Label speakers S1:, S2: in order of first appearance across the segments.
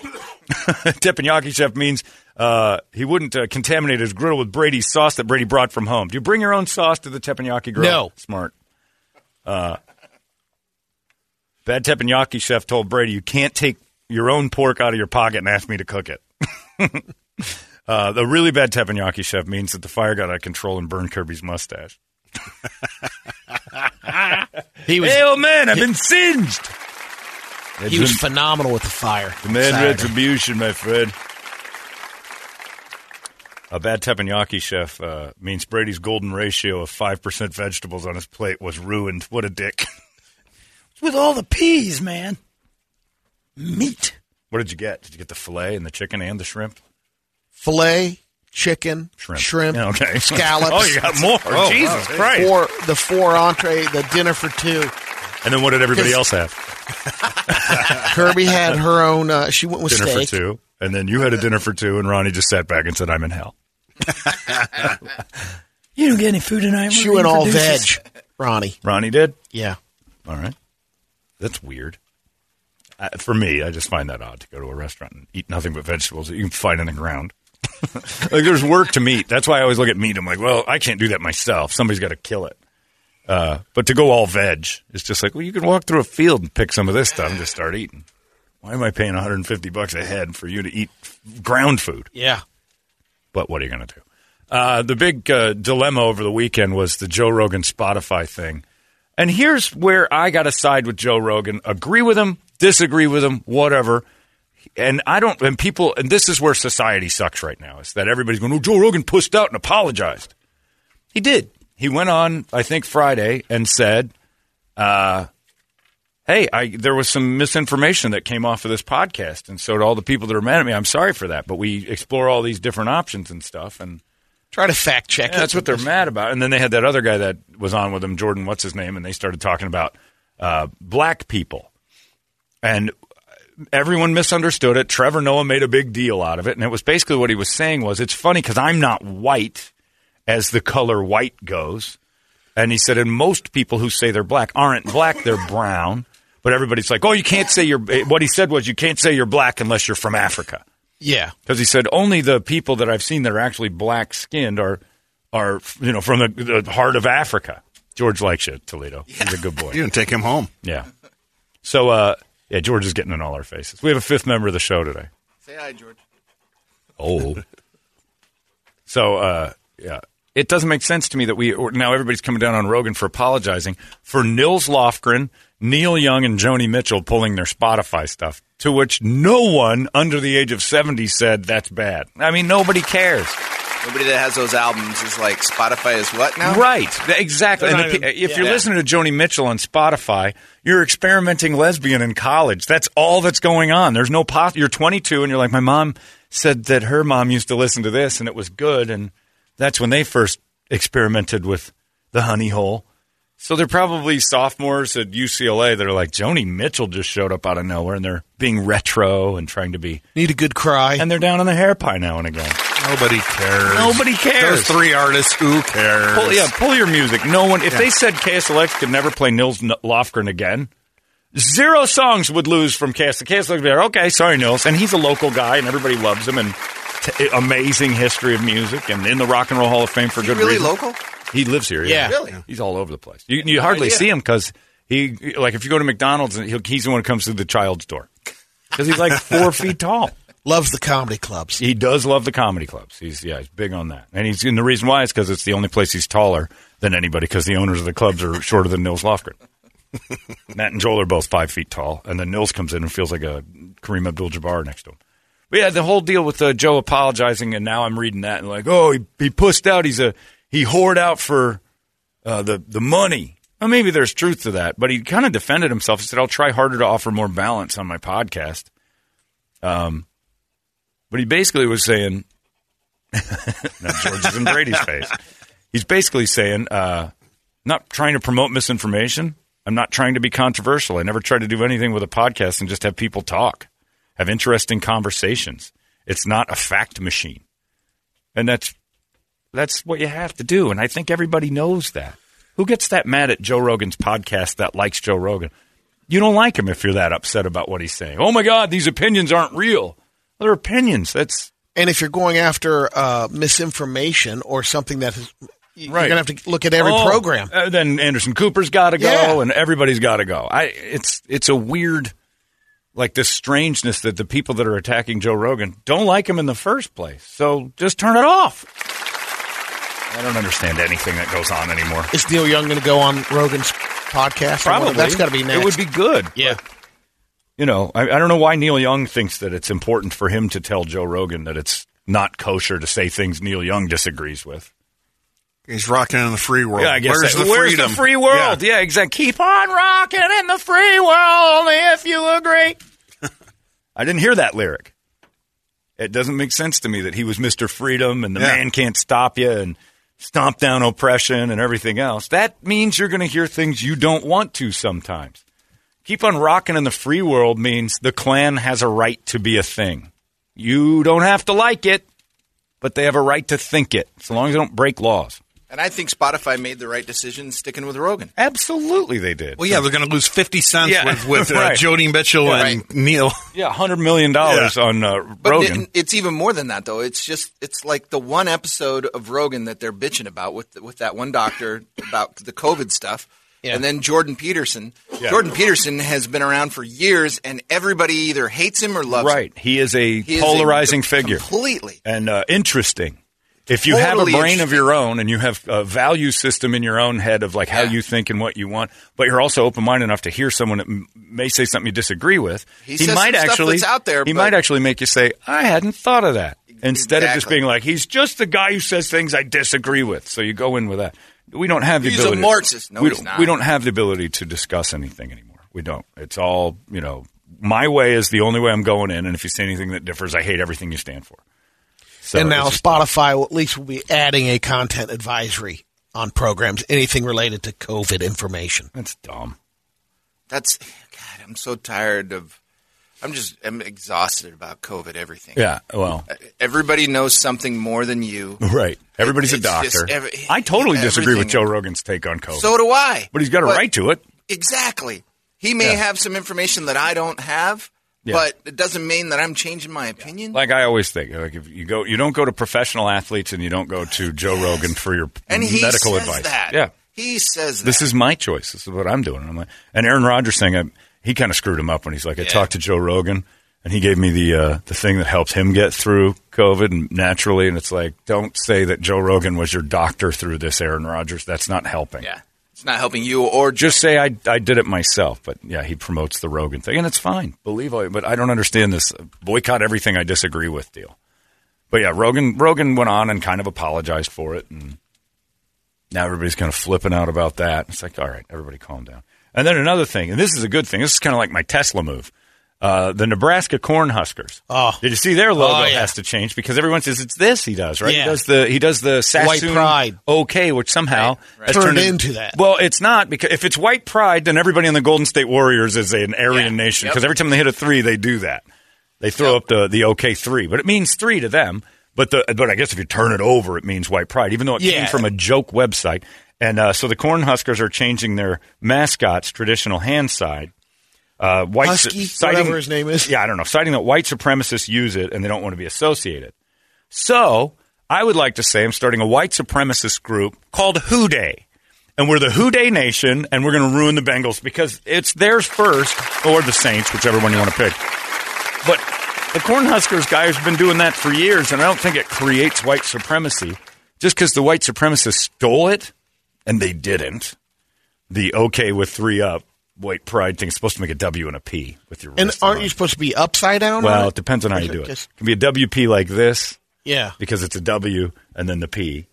S1: teppanyaki chef means uh, he wouldn't uh, contaminate his grill with Brady's sauce that Brady brought from home. Do you bring your own sauce to the teppanyaki grill?
S2: No.
S1: Smart. Uh, Bad teppanyaki chef told Brady, "You can't take your own pork out of your pocket and ask me to cook it." Uh, the really bad teppanyaki chef means that the fire got out of control and burned Kirby's mustache.
S2: He was
S1: Hey, oh. old man, I've been singed.
S2: he was phenomenal with the fire.
S1: Demand
S2: Saturday.
S1: retribution, my friend. A bad teppanyaki chef uh, means Brady's golden ratio of 5% vegetables on his plate was ruined. What a dick.
S3: With all the peas, man. Meat.
S1: What did you get? Did you get the filet and the chicken and the shrimp?
S2: Filet, chicken,
S1: Shrimp.
S2: shrimp,
S1: Yeah, okay.
S2: scallops.
S1: Oh, you got more.
S2: Oh,
S1: Jesus
S2: wow.
S1: Christ.
S2: Four, the four entree, the dinner for two.
S1: And then what did everybody
S2: Yes.
S1: else have?
S2: Kirby had her own. Uh, she went with
S1: Dinner
S2: steak.
S1: for two. And then you had a dinner for two, and Ronnie just sat back and said, I'm in hell.
S3: You don't get any food tonight.
S2: She
S3: We're
S2: went
S3: eating
S2: all
S3: for
S2: veg.
S3: deuces.
S2: Ronnie.
S1: Ronnie did?
S2: Yeah.
S1: All right. That's weird. Uh, for me, I just find that odd to go to a restaurant and eat nothing but vegetables that you can find in the ground. like there's work to meat. That's why I always look at meat. I'm like, well, I can't do that myself. Somebody's got to kill it. Uh, but to go all veg is just like, well, you can walk through a field and pick some of this stuff and just start eating. Why am I paying 150 bucks a head for you to eat ground food?
S2: Yeah.
S1: but what are you going to do? Uh, the big uh, dilemma over the weekend was the Joe Rogan Spotify thing. And here's where I got to side with Joe Rogan. Agree with him, disagree with him, whatever. And I don't, and people, and this is where society sucks right now is that everybody's going, oh, Joe Rogan pushed out and apologized. He did. He went on, I think, Friday and said, hey, I, there was some misinformation that came off of this podcast. And so to all the people that are mad at me, I'm sorry for that. But we explore all these different options and stuff. And
S2: Try to fact check.
S1: yeah,
S2: it.
S1: that's what they're mad about. And then they had that other guy that was on with them, Jordan, what's his name? And they started talking about uh, black people. And everyone misunderstood it. Trevor Noah made a big deal out of it. And it was basically what he was saying was, it's funny because I'm not white as the color white goes. And he said, and most people who say they're black aren't black, they're brown. But everybody's like, oh, you can't say you're. What he said was, you can't say you're black unless you're from Africa
S2: Yeah.
S1: because he said only the people that I've seen that are actually black skinned are are you know from the, the heart of Africa. George likes you, Toledo. He's a good boy.
S4: You didn't take him home.
S1: Yeah. So uh, yeah, George is getting in all our faces. We have a fifth member of the show today.
S2: Say hi, George.
S1: Oh. so uh, yeah, it doesn't make sense to me that we or now everybody's coming down on Rogan for apologizing for Nils Lofgren, Neil Young, and Joni Mitchell pulling their Spotify stuff. To which no one under the age of seventy said that's bad. I mean, nobody cares.
S4: Nobody that has those albums is like Spotify is what now?
S1: Right, Th- exactly.
S2: They're
S1: And
S2: not
S1: the pe-
S2: even-
S1: if
S2: yeah.
S1: you're
S2: Yeah.
S1: listening to Joni Mitchell on Spotify, you're experimenting lesbian in college. That's all that's going on. There's no pos- You're 22 and you're like, my mom said that her mom used to listen to this and it was good, and that's when they first experimented with the honey hole. So they're probably sophomores at UCLA that are like, Joni Mitchell just showed up out of nowhere, and they're being retro and trying to be,
S2: Need a good cry.
S1: and they're down on the hair pie now and again.
S4: Nobody cares.
S1: Nobody cares.
S4: Those three artists, who cares?
S1: Pull, yeah, pull your music. No one. If they said KSLX could never play Nils N- Lofgren again, zero songs would lose from KS. KSLX would be like, okay, sorry, Nils. And he's a local guy, and everybody loves him, and t- eh, amazing history of music, and in the Rock and Roll Hall of Fame for
S4: Is he
S1: good
S4: really
S1: reason.
S4: local?
S1: He lives here.
S2: Yeah.
S4: Really?
S1: He's all over the place. You, you hardly see him because he, like, if you go to McDonald's, and he'll, he's the one who comes through the child's door because he's like four feet tall.
S2: Loves the comedy clubs.
S1: He does love the comedy clubs. He's yeah, he's big on that, and he's and the reason why is because it's the only place he's taller than anybody because the owners of the clubs are shorter than Nils Lofgren. Matt and Joel are both five feet tall, and then Nils comes in and feels like a Kareem Abdul-Jabbar next to him. But yeah, the whole deal with uh, Joe apologizing, and now I'm reading that and like, oh, he he pushed out. He's a he whored out for uh, the the money. Well, maybe there's truth to that, but he kind of defended himself. He said, "I'll try harder to offer more balance on my podcast." But he basically was saying, now George is in Brady's face. He's basically saying, uh, not trying to promote misinformation. I'm not trying to be controversial. I never try to do anything with a podcast and just have people talk, have interesting conversations. It's not a fact machine. And that's that's what you have to do. And I think everybody knows that. Who gets that mad at Joe Rogan's podcast that likes Joe Rogan? You don't like him if you're that upset about what he's saying. Oh my God, these opinions aren't real. Well, they're opinions. That's
S2: And if you're going after uh, misinformation or something that is, you're
S1: Right.
S2: going to have to look at every
S1: Oh,
S2: program.
S1: uh, then Anderson Cooper's got to go,
S2: Yeah.
S1: and everybody's got to go. I it's it's a weird, like this strangeness that the people that are attacking Joe Rogan don't like him in the first place. So just turn it off. I don't understand anything that goes on anymore.
S2: Is Neil Young going to go on Rogan's podcast? I wonder-
S1: Probably
S2: that's got to be next.
S1: It would be good. Yeah. you know, I, I don't know why Neil Young thinks that it's important for him to tell Joe Rogan that it's not kosher to say things Neil Young disagrees with.
S5: He's rocking in the free world.
S1: Yeah, I guess
S5: Where's
S1: that-
S5: the
S1: where's the
S5: freedom?
S1: free world? Yeah, exactly. Keep on rocking in the free world, only if you agree. I didn't hear that lyric. It doesn't make sense to me that he was Mr. Freedom and the man can't stop you and stomp down oppression and everything else. That means you're going to hear things you don't want to sometimes. Keep on rocking in the free world means the Klan has a right to be a thing. You don't have to like it, but they have a right to think it, so long as they don't break laws.
S4: And I think Spotify made the right decision sticking with Rogan.
S1: Absolutely, they did.
S5: Well, yeah, they're going to lose fifty cents
S4: Yeah.
S5: with with uh,
S4: Right.
S5: Jody Mitchell
S4: Yeah,
S5: and Neil.
S1: Yeah, hundred million dollars on uh,
S4: But
S1: Rogan.
S4: it- it's even more than that, though. It's just it's like the one episode of Rogan that they're bitching about with with that one doctor about the COVID stuff, and then Jordan Peterson.
S1: Yeah.
S4: Jordan Peterson has been around for years, and everybody either hates him or loves him.
S1: right, he is a
S4: He is a-
S1: polarizing figure,
S4: completely.
S1: and uh, interesting. If you have a
S4: Totally
S1: brain of your own and you have a value system in your own head of like how you think and what you want, but you're also open minded enough to hear someone that m- may say something you disagree with,
S4: He says some stuff that's out there,
S1: he
S4: but-
S1: might actually make you say, "I hadn't thought of that," instead of just
S4: Exactly.
S1: being like, "He's just the guy who says things I disagree with." So you go in with that. We don't have the
S4: He's a
S1: ability.
S4: Marxist. No,
S1: we
S4: he's
S1: don't-
S4: not.
S1: We don't have the ability to discuss anything anymore. We don't. It's all, you know, my way is the only way I'm going in. And if you say anything that differs, I hate everything you stand for. So
S2: and now
S1: it's just-
S2: Spotify will, at least will be adding a content advisory on programs, anything related to COVID information.
S1: That's dumb.
S4: That's God. I'm so tired of. I'm just I'm exhausted about COVID. Everything.
S1: yeah, well,
S4: Uh, Everybody knows something more than you.
S1: right. Everybody's a
S4: It's just
S1: doctor.
S4: every-
S1: I totally disagree with
S4: everything.
S1: Joe Rogan's take on COVID.
S4: So do I.
S1: But he's got a
S4: But-
S1: right to it.
S4: Exactly. He may
S1: Yeah.
S4: have some information that I don't have,
S1: Yeah.
S4: but it doesn't mean that I'm changing my opinion.
S1: Like I always think, like if you go, you don't go to professional athletes, and you don't go to Joe Rogan for your
S4: and he
S1: medical
S4: says
S1: advice.
S4: that.
S1: Yeah,
S4: He says that.
S1: this is my choice. This is what I'm doing. And I'm like, and Aaron Rodgers thing, I, he kind of screwed him up when he's like, I talked to Joe Rogan, and he gave me the uh, the thing that helps him get through COVID and naturally. And it's like, don't say that Joe Rogan was your doctor through this, Aaron Rodgers. That's not helping.
S4: yeah. It's not helping you or
S1: Just say I I did it myself. But yeah, he promotes the Rogan thing, and it's fine. Believe all, but I don't understand this boycott everything I disagree with deal. But yeah, Rogan Rogan went on and kind of apologized for it, and now everybody's kind of flipping out about that. It's like, all right, everybody, calm down. And then another thing, and this is a good thing. This is kind of like my Tesla move. Uh, the Nebraska Cornhuskers. Oh, did you see their logo
S2: Oh, yeah.
S1: has to change because everyone says it's this. He does right.
S2: Yeah.
S1: He does the he does the
S2: White
S1: Sassoon
S2: pride.
S1: Okay, which somehow has
S2: Turned into that.
S1: Well, it's not because if it's white pride, then everybody in the Golden State Warriors is an Aryan nation because every time they hit a three, they do that. They throw up the the okay three, but it means three to them. But the but I guess if you turn it over, it means white pride, even though it came
S2: Yeah.
S1: from a joke website. And uh, so the Cornhuskers are changing their mascot's traditional hand side. Uh, white
S2: Husky, whatever his name is.
S1: Yeah, I don't know. Citing that white supremacists use it and they don't want to be associated. So I would like to say I'm starting a white supremacist group called Who Day. And we're the Who Day Nation, and we're going to ruin the Bengals because it's theirs first, or the Saints, whichever one you want to pick. But the Cornhuskers guy has been doing that for years, and I don't think it creates white supremacy. Just because the white supremacists stole it, and they didn't, the okay with three up white pride thing is supposed to make a W and a P with your
S2: And
S1: wrist
S2: aren't
S1: on.
S2: you supposed to be upside down? on
S1: Well,
S2: it?
S1: it depends on how
S2: Or is
S1: you do it.
S2: just-
S1: It can be a WP like this
S2: yeah.
S1: because it's a W and then the P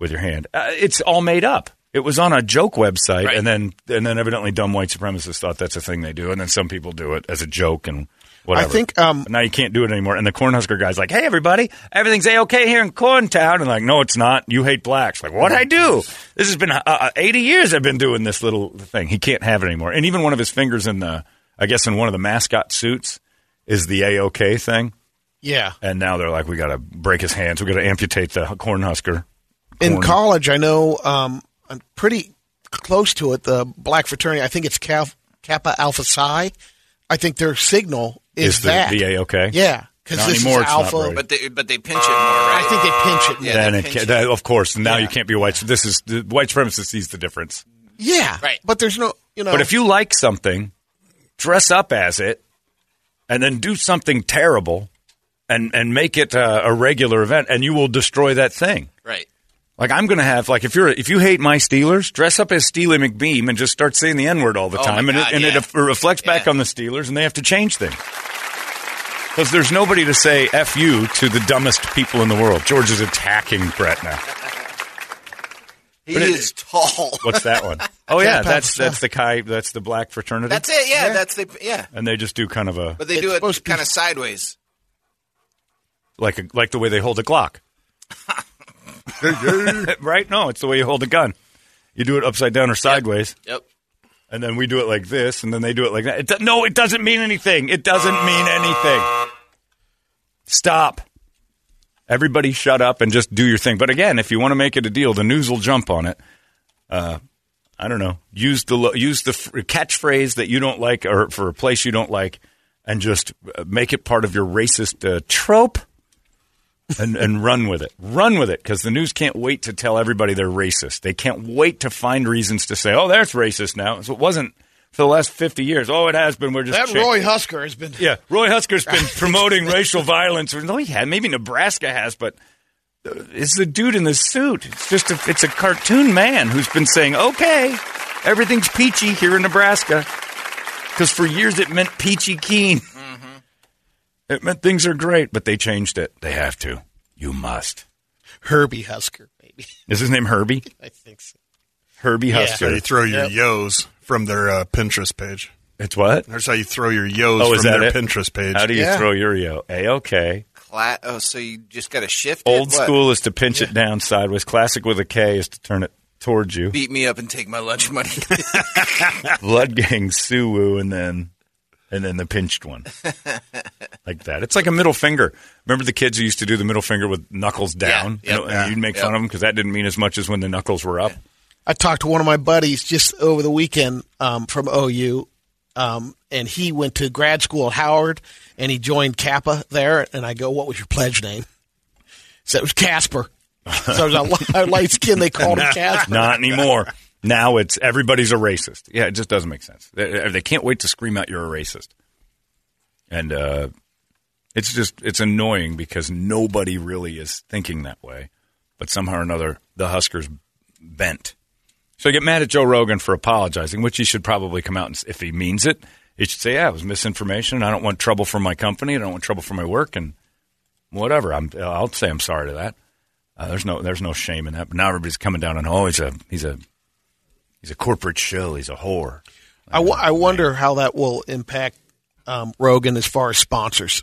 S1: with your hand. Uh, it's all made up. It was on a joke website, and then and then evidently dumb white supremacists thought that's a thing they do, and then some people do it as a joke and whatever.
S2: I think, um,
S1: But now you can't do it anymore. And the Cornhusker guy's like, "Hey, everybody, everything's a okay here in Corntown," and like, "No, it's not. You hate blacks." Like, what I do? This has been uh, uh, eighty years. I've been doing this little thing. He can't have it anymore. And even one of his fingers in the, I guess, in one of the mascot suits is the a okay thing.
S2: Yeah.
S1: And now they're like, we got to break his hands. We got to amputate the cornhusker.
S2: In
S1: Corn.
S2: college, I know um, I'm pretty close to it, the black fraternity, I think it's Cap, Kappa Alpha Psi. I think their signal is,
S1: Is the-
S2: that.
S1: the- okay.
S2: Yeah. Because
S1: Not
S2: this
S1: anymore,
S2: is
S1: it's not
S2: Alpha.
S1: rated.
S4: But they but they pinch it more, right?
S2: I think they pinch it.
S1: then it ca- that- of course, now you can't be a white. This is the white supremacist sees the difference.
S2: Yeah. Right. But there's no, you know.
S1: But if you like something, dress up as it, and then do something terrible, and and make it uh, a regular event, and you will destroy that thing.
S4: Right.
S1: Like I'm gonna have like if you're if you hate my Steelers, dress up as Steely McBeam and just start saying the N word all the
S4: Oh, my
S1: time, and
S4: God,
S1: it, and
S4: yeah.
S1: it reflects back on the Steelers, and they have to change things. Because there's nobody to say F you to the dumbest people in the world. George is attacking Brett now.
S4: He
S1: But it-
S4: is tall.
S1: What's that one? Oh yeah, that's that's the Chi that's the black fraternity.
S4: That's it. Yeah, that's the yeah.
S1: And they just do kind of a
S4: But they do it kind of sideways.
S1: like a, like the way they hold a Glock. right? No, it's the way you hold a gun. You do it upside down or sideways.
S4: Yep.
S1: And then we do it like this, and then they do it like that. It do- no, it doesn't mean anything. It doesn't mean anything. Stop. Everybody shut up and just do your thing. But again, if you want to make it a deal, the news will jump on it. Uh, I don't know. Use the lo- use the f- catchphrase that you don't like or for a place you don't like, and just uh, make it part of your racist uh, trope, and and run with it. Run with it because the news can't wait to tell everybody they're racist. They can't wait to find reasons to say, "Oh, that's racist now." So it wasn't for the last fifty years. Oh, it has been. We're just
S2: that
S1: cha-
S2: Roy Husker has been.
S1: yeah, Roy Husker's been promoting racial violence. No, he had. Maybe Nebraska has, but uh, it's the dude in the suit. It's just a, it's a cartoon man who's been saying, "Okay, everything's peachy here in Nebraska," because for years it meant peachy keen.
S5: Mm-hmm.
S1: It meant things are great, but they changed it. They have to. You must.
S2: Herbie Husker, maybe.
S1: Is his name Herbie?
S2: I think so.
S1: Herbie
S5: Yeah.
S1: Husker.
S5: So you throw your yos from their uh, Pinterest page.
S1: It's what?
S5: That's how you throw your yos
S1: Oh,
S5: from
S1: is that
S5: their
S1: it?
S5: Pinterest page.
S1: How do you throw your yo? A okay.
S4: Cla- oh, so you just got to shift.
S1: Old
S4: it? What?
S1: school is to pinch it down sideways. Classic with a K is to turn it towards you.
S4: Beat me up and take my lunch money.
S1: Blood Gang Suwu and then and then the pinched one. like that. It's like a middle finger. Remember the kids who used to do the middle finger with knuckles down?
S2: yep,
S1: and,
S2: yeah,
S1: you'd make
S2: yep.
S1: fun of them because that didn't mean as much as when the knuckles were up.
S2: I talked to one of my buddies just over the weekend um, from OU, um, and he went to grad school at Howard, and he joined Kappa there. And I go, "What was your pledge name?" So it was Casper. So I was a li- light skin. They called him Casper.
S1: Not anymore. Now it's everybody's a racist. Yeah, it just doesn't make sense. They, they can't wait to scream out you're a racist. And uh, it's just it's annoying because nobody really is thinking that way. But somehow or another, the Huskers bent. So I get mad at Joe Rogan for apologizing, which he should probably come out and s- if he means it, he should say, "Yeah, it was misinformation. I don't want trouble for my company. I don't want trouble for my work, and whatever." I'm, I'll say I'm sorry to that. Uh, there's no there's no shame in that. But now everybody's coming down on, "Oh, he's a he's a he's a corporate shill. He's a whore."
S2: I, w- I wonder how that will impact um, Rogan as far as sponsors.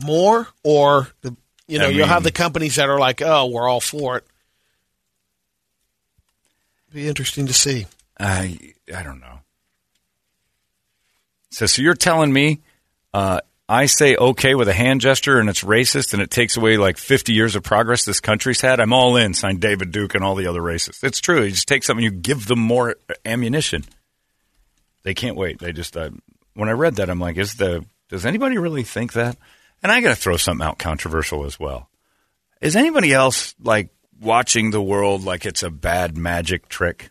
S2: More or the, you know,
S6: I
S2: you'll have
S6: mean-
S2: the companies that are like, "Oh, we're all for it." Be interesting to see.
S1: I I don't know. So so you're telling me uh, I say okay with a hand gesture and it's racist and it takes away like 50 years of progress this country's had. I'm all in. Signed David Duke and all the other racists. It's true. You just take something. You give them more ammunition. They can't wait. They just uh, when I read that I'm like, is the does anybody really think that? And I got to throw something out controversial as well. Is anybody else like watching the world like it's a bad magic trick?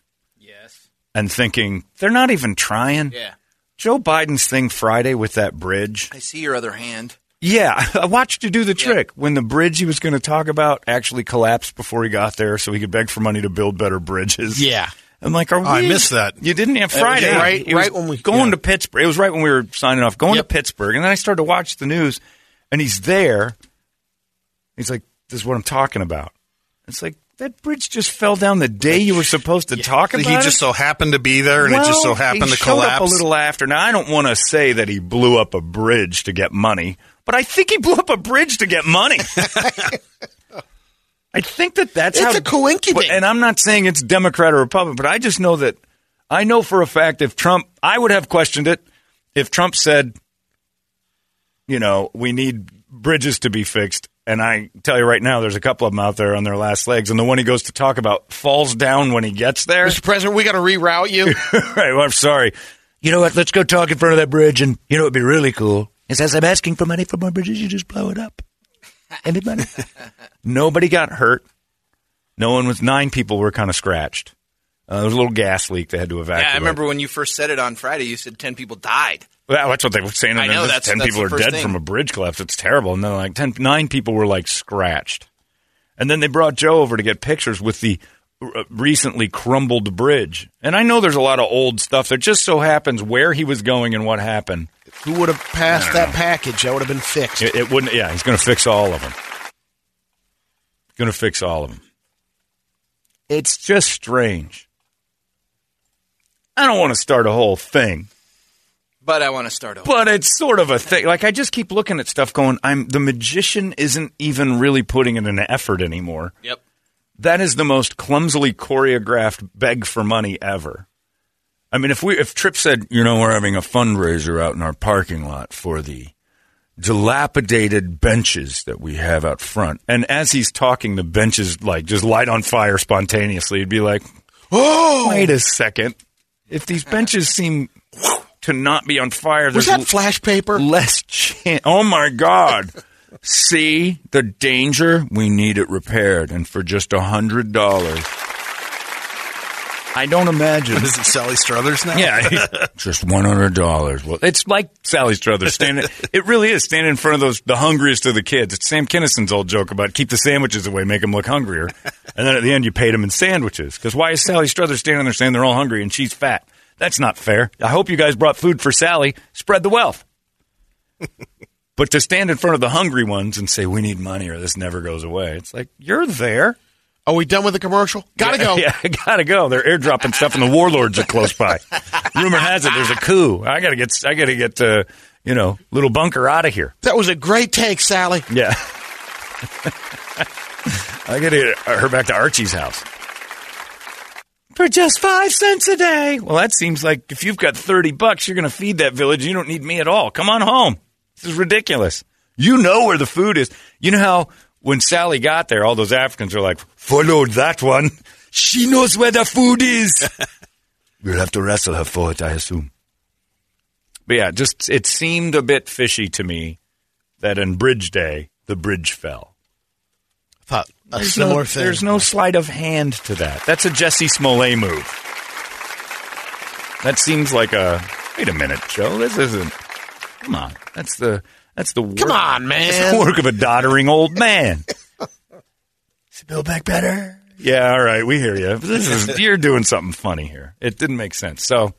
S1: and thinking they're not even trying.
S4: Yeah.
S1: Joe Biden's thing Friday with that bridge.
S4: I see your other hand.
S1: Yeah, I watched you do the trick when the bridge he was going to talk about actually collapsed before he got there, so he could beg for money to build better bridges.
S2: Yeah.
S1: I'm like, are we,
S5: Oh, I missed that.
S1: You didn't have
S5: That was
S1: Friday,
S5: right-
S1: It was
S5: right when we-
S1: going
S5: yeah.
S1: to Pittsburgh. It was right when we were signing off, going to Pittsburgh, and then I started to watch the news, and he's there. He's like, "This is what I'm talking about." It's like, That bridge just fell down the day you were supposed to talk
S5: He
S1: about it.
S5: just so happened to be there, and it just so
S1: Well,
S5: happened
S1: he
S5: to
S1: showed
S5: collapse.
S1: Up a little after. Now I don't want to say that he blew up a bridge to get money, but I think he blew up a bridge to get money. I think that that's
S2: It's
S1: how
S2: a coinkydink.
S1: but- And I'm not saying it's Democrat or Republican, but I just know that I know for a fact if Trump, I would have questioned it if Trump said, you know, we need bridges to be fixed. And I tell you right now, there's a couple of them out there on their last legs, and the one he goes to talk about falls down when he gets there.
S2: Mr. President, we got to reroute you.
S1: right. Well, I'm sorry. You know what? Let's go talk in front of that bridge, and you know it'd be really cool. Is as I'm asking for money for my bridges, you just blow it up. Anybody? Nobody got hurt. No one was. Nine people were kind of scratched. Uh, there was a little gas leak they had to evacuate.
S4: Yeah, I remember when you first said it on Friday. You said ten people died.
S1: Well, that's what they were saying. And
S4: I
S1: then
S4: know,
S1: this-
S4: that's-
S1: ten
S4: that's
S1: people
S4: the
S1: are
S4: first
S1: dead
S4: thing.
S1: from a bridge collapse. It's terrible. And then like ten, nine people were like scratched. And then they brought Joe over to get pictures with the uh, recently crumbled bridge. And I know there's a lot of old stuff. There just so happens where he was going and what happened.
S2: Who would have passed that package? That would have been fixed.
S1: It, it wouldn't. Yeah, he's going to fix all of them. Going to fix all of them. It's just strange. I don't want to start a whole thing.
S4: But I want to start over.
S1: But it's sort of a thing. Like I just keep looking at stuff, going, "I'm the magician." Isn't even really putting in an effort anymore.
S4: Yep.
S1: That is the most clumsily choreographed beg for money ever. I mean, if we if Tripp said, "You know, we're having a fundraiser out in our parking lot for the dilapidated benches that we have out front," and as he's talking, the benches like just light on fire spontaneously, it'd be like, "Oh, wait a second! If these benches seem to not be on fire,
S2: Was
S1: there's
S2: that flash paper?
S1: Less chance. Oh my God. See the danger? We need it repaired. And for just a hundred dollars. I don't imagine.
S5: Is it Sally Struthers now?
S1: Yeah. just one hundred dollars. Well it's like Sally Struthers standing it really is standing in front of those the hungriest of the kids. It's Sam Kinnison's old joke about keep the sandwiches away, make them look hungrier. And then at the end you paid them in sandwiches. Because why is Sally Struthers standing there saying they're all hungry and she's fat? That's not fair. I hope you guys brought food for Sally. Spread the wealth. But to stand in front of the hungry ones and say, we need money or this never goes away, it's like, you're there.
S2: Are we done with the commercial? Gotta go.
S1: yeah, I gotta go. They're airdropping stuff and the warlords are close by. Rumor has it there's a coup. I gotta get, I gotta get, uh, you know, little bunker out of here.
S2: That was a great take, Sally.
S1: Yeah. I gotta get her back to Archie's house. For just five cents a day. Well, that seems like if you've got 30 bucks, you're going to feed that village. You don't need me at all. Come on home. This is ridiculous. You know where the food is. You know how when Sally got there, all those Africans are like, followed that one. She knows where the food is. we'll have to wrestle her for it, I assume. But yeah, just it seemed a bit fishy to me that in Bridge Day, the bridge fell.
S2: I thought a
S1: There's
S2: similar
S1: no,
S2: thing.
S1: There's no sleight of hand to that. That's a Jesse Smollett move. That seems like a wait a minute, Joe. This isn't. Come on, that's the that's the work,
S2: Come on, man.
S1: that's the work of a doddering old man.
S3: Bill back better.
S1: Yeah, all right, we hear you. This is you're doing something funny here. It didn't make sense. So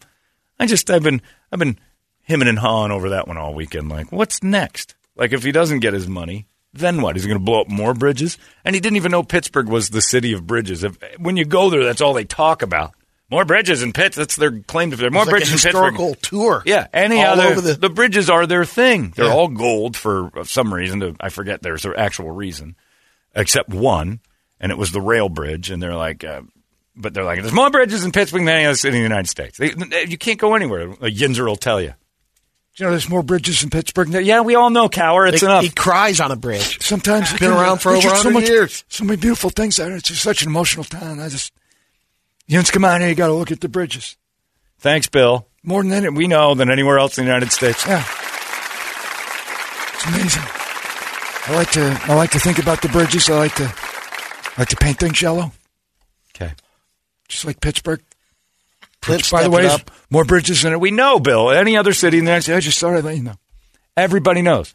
S1: I just I've been I've been hemming and hawing over that one all weekend. Like, what's next? Like, if he doesn't get his money, then what? He's going to blow up more bridges. And he didn't even know Pittsburgh was the city of bridges. If, when you go there, that's all they talk about. More bridges in Pitts. That's their claim to fame. More
S2: It's like a
S1: bridges in Pittsburgh.
S2: historical tour.
S1: Yeah, any
S2: All
S1: other
S2: over
S1: the,
S2: the-
S1: bridges are their thing. They're
S2: Yeah.
S1: all gold for some reason. To, I forget there's an actual reason, except one, and it was the rail bridge. And they're like, uh, but they're like, there's more bridges in Pittsburgh than any other city in the United States. They, you can't go anywhere. Uh, Yinzer will tell you. You know, there's more bridges in Pittsburgh. than-" Yeah, we all know, Cower. It's
S2: He-
S1: enough.
S2: He cries on a bridge.
S7: Sometimes
S2: Been around for
S7: there's
S2: over
S7: just
S2: 100 years.
S7: So many beautiful things there. It's just such an emotional town. I just you just come out here, you got to look at the bridges.
S1: Thanks, Bill. More than any, we know than anywhere else in the United States. Yeah.
S7: It's amazing. I like to I like to think about the bridges. I like to I like to paint things yellow.
S1: Okay.
S7: Just like Pittsburgh.
S2: Clint
S7: Which, by the
S2: stepped
S7: way,
S2: it
S7: is
S2: up.
S1: more bridges than it. We know, Bill. Any other city in the United States? I just thought I'd let you know. Everybody knows.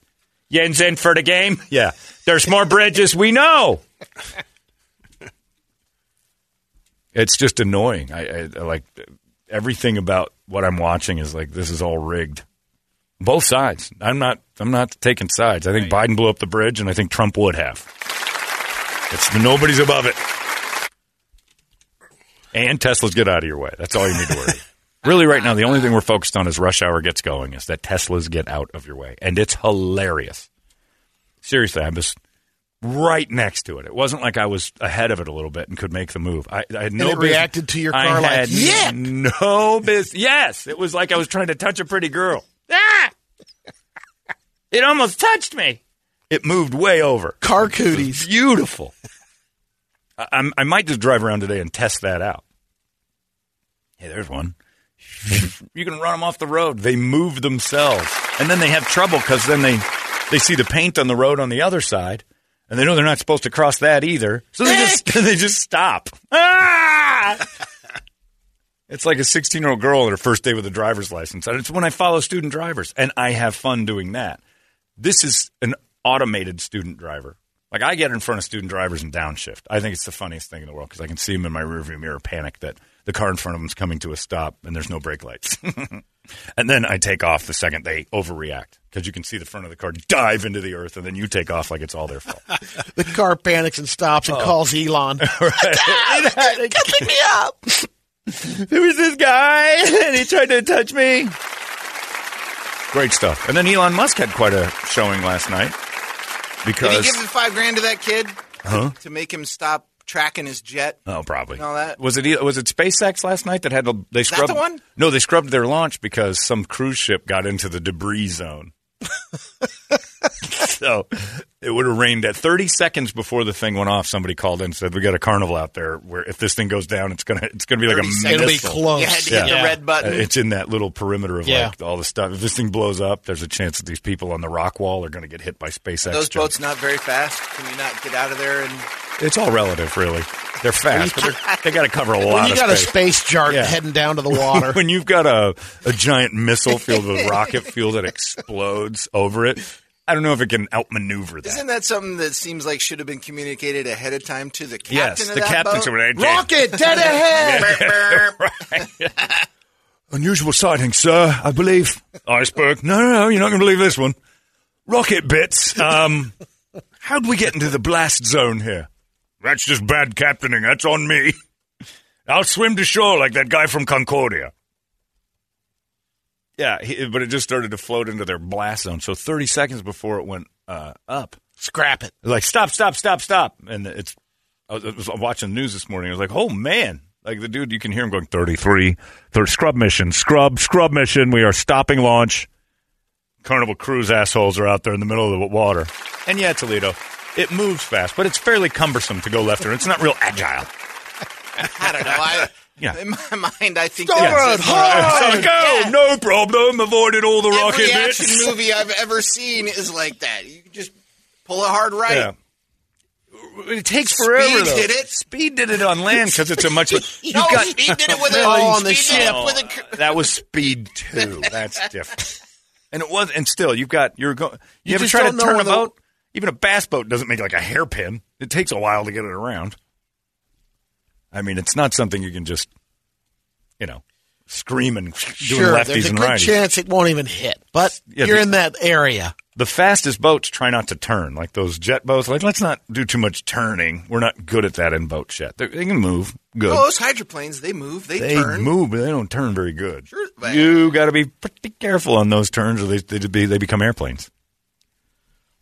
S1: Yen's in for the game. Yeah. There's more bridges. We know. It's just annoying. I, I, I like everything about what I'm watching is like this is all rigged. Both sides. I'm not. I'm not taking sides. I think Biden blew up the bridge, and I think Trump would have. It's nobody's above it. And Teslas get out of your way. That's all you need to worry. really, right now, the only thing we're focused on as rush hour gets going is that Teslas get out of your way, and it's hilarious. Seriously, I was right next to it. It wasn't like I was ahead of it a little bit and could make the move. I, I had no.
S2: and it
S1: business-
S2: reacted to your
S1: I
S2: car like,
S1: had
S2: yeah.
S1: No business. Yes, it was like I was trying to touch a pretty girl. Ah! It almost touched me. It moved way over.
S2: Car cooties.
S1: Beautiful. I, I'm, I might just drive around today and test that out. Hey, there's one. you can run them off the road. They move themselves, and then they have trouble because then they they see the paint on the road on the other side, and they know they're not supposed to cross that either. So they just they just stop. Ah! It's like a 16 year old girl on her first day with a driver's license. And it's when I follow student drivers, and I have fun doing that. This is an automated student driver. Like I get in front of student drivers and downshift. I think it's the funniest thing in the world because I can see them in my rearview mirror panic that the car in front of them is coming to a stop and there's no brake lights. and then I take off the second they overreact because you can see the front of the car dive into the earth and then you take off like it's all their fault.
S2: The car panics and stops and calls Elon.
S8: Pick me up.
S1: there was this guy, and he tried to touch me. Great stuff. And then Elon Musk had quite a showing last night
S4: Did he
S1: because
S4: give the five grand to that kid
S1: Huh?
S4: to make him stop tracking his jet?
S1: Oh, probably.
S4: And all that?
S1: Was it E, was it SpaceX last night that had a, they
S4: that
S1: scrubbed
S4: the one?
S1: No, they scrubbed their launch because some cruise ship got into the debris zone. so it would have rained at 30 seconds before the thing went off. Somebody called in and said, "We got a carnival out there where if this thing goes down, it's gonna it's gonna be like a
S4: 30 seconds.
S1: missile.
S4: It'll be close. You had to hit the red button.
S1: Uh, It's in that little perimeter of
S4: Yeah.
S1: like all the stuff. If this thing blows up, there's a chance that these people on the rock wall are going to get hit by SpaceX.
S4: Those
S1: jets.
S4: boats not very fast. Can you not get out of there? And
S1: It's all relative, really. They're fast, but they're, they got to cover a lot
S2: When you
S1: of
S2: got
S1: space.
S2: a space jar
S1: Yeah.
S2: heading down to the water,
S1: when you've got a, a giant missile filled with rocket fuel that explodes over it, I don't know if it can outmaneuver that.
S4: isn't that something that seems like should have been communicated ahead of time to the captain?
S1: Yes,
S4: of
S1: the
S4: that
S1: captain
S4: boat?
S1: should have- Rocket,
S2: dead
S4: ahead.
S1: Unusual sighting, sir, I believe. Iceberg. No, no, no, you're not going to believe this one. Rocket bits. Um, how'd we get into the blast zone here? That's just bad captaining. That's on me. I'll swim to shore like that guy from Concordia. Yeah, he, but it just started to float into their blast zone. So 30 seconds before it went uh, up,
S2: scrap it.
S1: like stop, stop, stop, stop, and it's. I was, I was watching the news this morning. I was like, oh man, like the dude, you can hear him going 33, third scrub mission, scrub, scrub mission. We are stopping launch. Carnival Cruise assholes are out there in the middle of the water, and yeah, Toledo, it moves fast, but it's fairly cumbersome to go left, or it's not real agile.
S4: I don't know. I,
S1: Yeah.
S4: In my mind, I think
S1: Yeah.
S4: that's
S1: It's
S4: just-
S1: like, oh,
S4: Yeah.
S1: no problem. Avoided all the
S4: Every
S1: rocket
S4: action
S1: bits.
S4: movie I've ever seen is like that. You can just pull a hard right.
S1: Yeah. It takes forever.
S4: Speed
S1: though.
S4: did it.
S1: Speed did it on land because it's a much. You've
S4: No,
S1: got-
S4: Speed did it with a-
S1: Oh,
S4: Speed did it with a
S1: Oh, that was speed two. That's different. And it was, and still, you've got you're going. You,
S2: You
S1: ever
S2: just
S1: try to
S2: don't know
S1: turn a
S2: when the-
S1: boat? Even a bass boat doesn't make like a hairpin. It takes a while to get it around. I mean, it's not something you can just, you know, scream and doing
S2: sure,
S1: lefties
S2: there's a
S1: and
S2: good
S1: righties.
S2: chance it won't even hit, but
S1: Yeah,
S2: you're
S1: the-
S2: in that area.
S1: the fastest boats try not to turn, like those jet boats. Like, let's not do too much turning. We're not good at that in boats yet. They, they can move good.
S4: Oh, those hydroplanes, they move, they,
S1: they
S4: turn.
S1: move, but they don't turn very good.
S4: Sure, but-
S1: you got to be pretty careful on those turns, or they they, be, they become airplanes.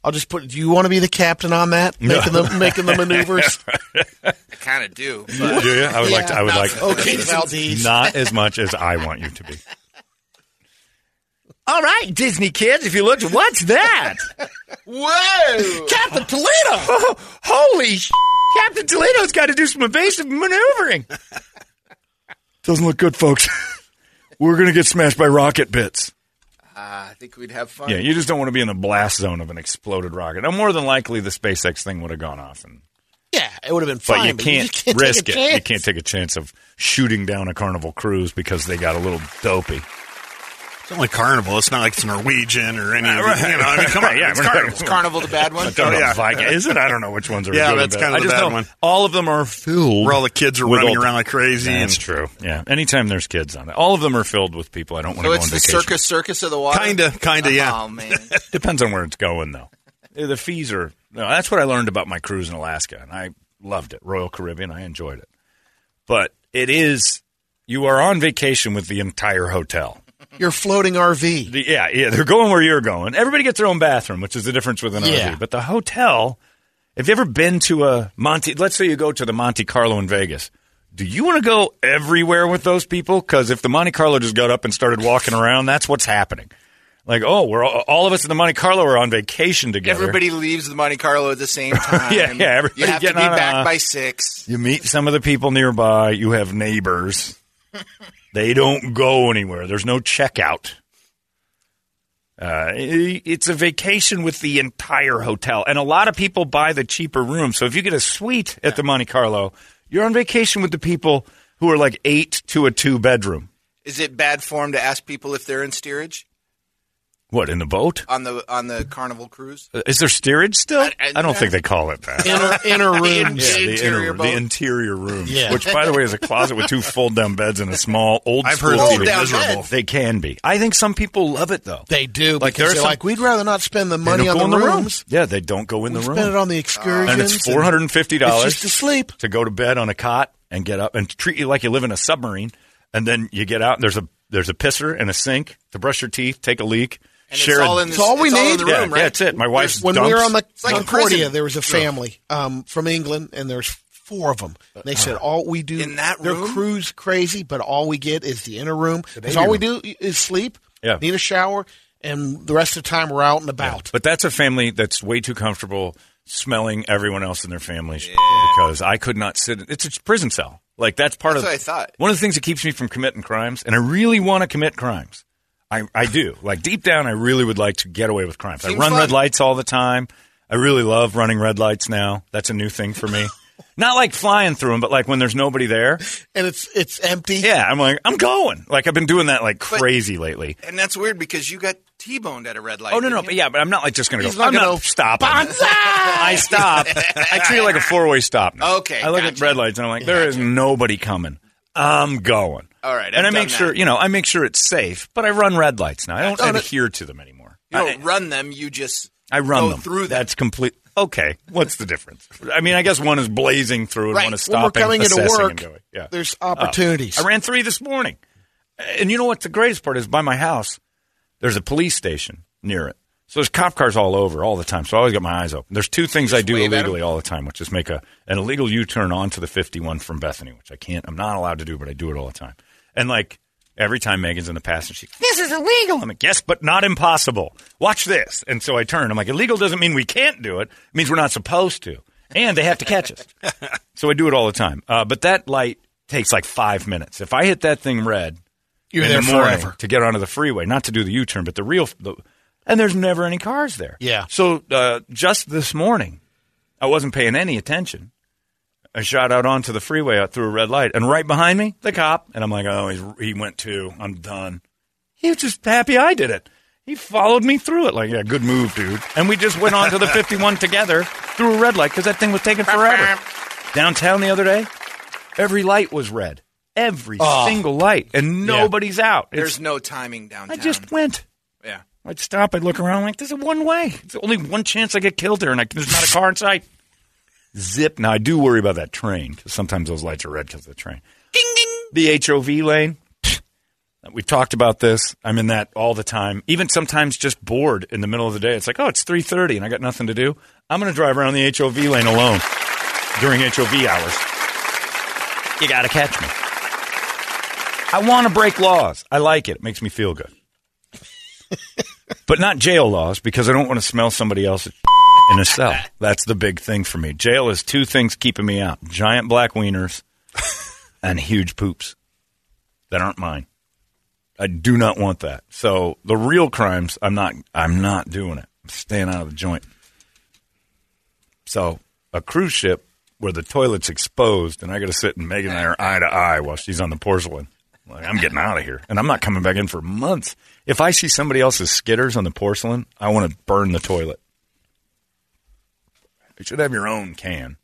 S2: I'll just put. Do you want to be the captain on that?
S1: No.
S2: Making the making the maneuvers.
S4: I kind of do.
S1: Do you? I would like. To, I would
S2: Yeah.
S1: like.
S2: Okay, Valdez.
S1: Not as much as I want you to be.
S3: All right, Disney kids, if you looked, what's that?
S4: Whoa!
S3: Captain Toledo!
S1: Oh,
S3: holy sh- Captain Toledo's got to do some evasive maneuvering.
S7: Doesn't look good, folks. We're going to get smashed by rocket bits.
S4: Ah, I think we'd have fun.
S1: Yeah, you just don't want to be in the blast zone of an exploded rocket. Now, more than likely, the SpaceX thing would have gone off, and
S2: yeah, it would have been
S1: but
S2: fine.
S1: you can't,
S2: just take a
S1: risk it. You
S2: chance.
S1: can't take a chance of shooting down a Carnival cruise because they got a little dopey.
S5: It's only Carnival. It's not like it's Norwegian or any. of
S1: Right,
S5: the- You know, I mean, come on.
S1: yeah,
S5: it's
S1: we're not-
S5: Carnival.
S4: Is Carnival the bad one?
S1: I don't know,
S5: Oh, yeah.
S1: Viking. Is it? I don't know which ones are.
S5: Yeah,
S1: good or
S5: that's
S1: bad.
S5: kind of
S1: I
S5: the
S1: just
S5: bad
S1: know
S5: one.
S1: All of them are filled.
S5: Where all the kids are
S1: with
S5: running
S1: old-
S5: around like crazy.
S1: That's
S5: and
S1: true. Yeah. Anytime there's kids on it, all of them are filled with people I don't want
S4: So
S1: to go
S4: it's
S1: on
S4: the
S1: vacation.
S4: circus, circus of the water.
S5: Kinda, kinda, yeah.
S4: Oh man,
S1: Depends on where it's going, though. The fees are. No, that's what I learned about my cruise in Alaska, and I loved it. Royal Caribbean, I enjoyed it. But it is you are on vacation with the entire hotel.
S2: Your floating RV.
S1: The- yeah, yeah, they're going where you're going. Everybody gets their own bathroom, which is the difference with an
S2: Yeah.
S1: RV. But the hotel, have you ever been to a Monte? Let's say you go to the Monte Carlo in Vegas. Do you want to go everywhere with those people? Because if the Monte Carlo just got up and started walking around, that's what's happening. Like, oh, we're all, all of us in the Monte Carlo are on vacation together.
S4: Everybody leaves the Monte Carlo at the same time.
S1: Yeah, yeah, everybody
S4: You have to be
S1: getting on a-
S4: back by six.
S1: You meet some of the people nearby. You have neighbors. they don't go anywhere. There's no checkout. Uh, i- it's a vacation with the entire hotel, and a lot of people buy the cheaper room. So if you get a suite at the Monte Carlo, you're on vacation with the people who are like eight to a two bedroom.
S4: Is it bad form to ask people if they're in steerage
S1: What in the boat?
S4: on the on the Carnival cruise?
S1: Uh, Is there steerage still? I, don't think they call it that.
S2: inner room.
S1: Yeah, the
S4: interior
S1: inner, the
S4: boat.
S1: interior room,
S4: Yeah.
S1: which, by the way, is a closet with two fold-down beds and a small old.
S2: I've heard
S1: school
S2: those are
S1: TV.
S2: miserable.
S1: They can be. I think some people love it though.
S2: They do
S1: Like,
S2: like
S1: there are
S2: because they're
S1: some-
S2: like we'd rather not spend the money
S1: they don't
S2: on
S1: go
S2: the,
S1: in the room.
S2: rooms.
S1: Yeah, they don't go in the
S2: We
S1: room.
S2: spend it on the excursions.
S1: and it's four hundred and fifty dollars
S2: It's just to sleep.
S1: to go to bed on a cot and get up and treat you like you live in a submarine. And then you get out. And there's a there's a pisser and a sink to brush your teeth, take a leak.
S4: And
S1: share
S4: it's
S1: a-
S4: all in this- It's all we it's all in need. the
S1: Yeah,
S4: room, right?
S1: yeah, that's it. My wife's
S2: when we
S1: dumps-
S2: were on the
S4: like a
S2: Concordia,
S4: prison.
S2: there was a
S4: Yeah.
S2: family um, from England, and there's four of them. And they said all we do
S4: uh, In that
S2: they're
S4: room?
S2: cruise crazy, but all we get is the inner room because
S1: baby
S2: all we do is sleep,
S1: Yeah.
S2: need a shower, and the rest of the time we're out and about.
S1: But that's a family that's way too comfortable smelling everyone else in their families because I could not sit. It's a prison cell. Like that's part
S4: That's
S1: of.
S4: what I thought.
S1: One of the things that keeps me from committing crimes, and I really want to commit crimes. I, I do. Like deep down, I really would like to get away with crimes. I
S4: Seems
S1: run
S4: fun.
S1: red lights all the time. I really love running red lights now. That's a new thing for me. Not like flying through them, but like when there's nobody there.
S2: And it's it's empty.
S1: Yeah, I'm like I'm going. Like I've been doing that like crazy lately.
S4: And that's weird because you got T-boned at a red light.
S1: Oh no, no,
S4: didn't
S1: but
S4: you?
S1: yeah, but I'm not like just gonna
S4: He's
S1: go.
S4: not
S1: I'm
S4: gonna
S1: not stopping. I stop. I treat it like a four way stop. Now.
S4: Okay,
S1: I look at red lights and I'm like, there is nobody coming. I'm going.
S4: All right,
S1: and I
S4: I've
S1: make
S4: done
S1: sure
S4: that.
S1: you know I make sure it's safe, but I run red lights now. I don't
S4: done it.
S1: adhere to them anymore.
S4: You don't run them. You just
S1: I run
S4: go
S1: them.
S4: through them.
S1: That's complete. Okay, what's the difference? I mean, I guess one is blazing through and
S2: Right.
S1: one is
S2: When we're
S1: stopping,
S2: coming into
S1: assessing,
S2: work,
S1: and going. Yeah.
S2: there's
S1: Oh.
S2: opportunities.
S1: I ran three this morning, and you know what? The greatest part is by my house. There's a police station near it, so there's cop cars all over all the time. So I always got my eyes open. There's two things I do
S4: wave at 'em?
S1: illegally all the time, which is make a an illegal U-turn onto the 51 from Bethany, which I can't. I'm not allowed to do, but I do it all the time. And like every time Megan's in the passenger seat, this is illegal. I'm like, yes, but not impossible. Watch this. And so I turn. I'm like, illegal doesn't mean we can't do it. It means we're not supposed to. And they have to catch us. so I do it all the time. Uh, but that light takes like five minutes. If I hit that thing red,
S2: You're
S1: in
S2: there
S1: the morning
S2: forever.
S1: to get onto the freeway, not to do the U-turn, but the real. The, and there's never any cars there.
S2: Yeah.
S1: So uh, just this morning, I wasn't paying any attention. I shot out onto the freeway out through a red light, and right behind me, the cop. And I'm like, oh, he's, he went too. I'm done. He was just happy I did it. He followed me through it. Like, yeah, good move, dude. And we just went on to the 51 together through a red light because that thing was taking forever. Downtown the other day, every light was red. Every
S4: Oh.
S1: single light. And nobody's out. It's-
S4: There's no timing downtown.
S1: I just went.
S4: yeah.
S1: I'd stop. I'd look around. I'm like, there's a one way. It's only one chance I get killed here, and I, there's not a car in sight. Zip. Now I do worry about that train 'cause sometimes those lights are red because of the train. Ding ding. The HOV lane. We've talked about this. I'm in that all the time. Even sometimes just bored in the middle of the day. It's like, oh, it's 3:30 and I got nothing to do. I'm going to drive around the HOV lane alone during HOV hours. You got to catch me. I want to break laws. I like it. It makes me feel good. but not jail laws because I don't want to smell somebody else's in a cell. That's the big thing for me. Jail is two things keeping me out giant black wieners and huge poops that aren't mine. I do not want that. So the real crimes, I'm not. I'm not doing it. I'm staying out of the joint. So a cruise ship where the toilet's exposed, and I got to sit and Megan and I are eye to eye while she's on the porcelain. Like, I'm getting out of here, and I'm not coming back in for months. If I see somebody else's skitters on the porcelain, I want to burn the toilet. You should have your own can,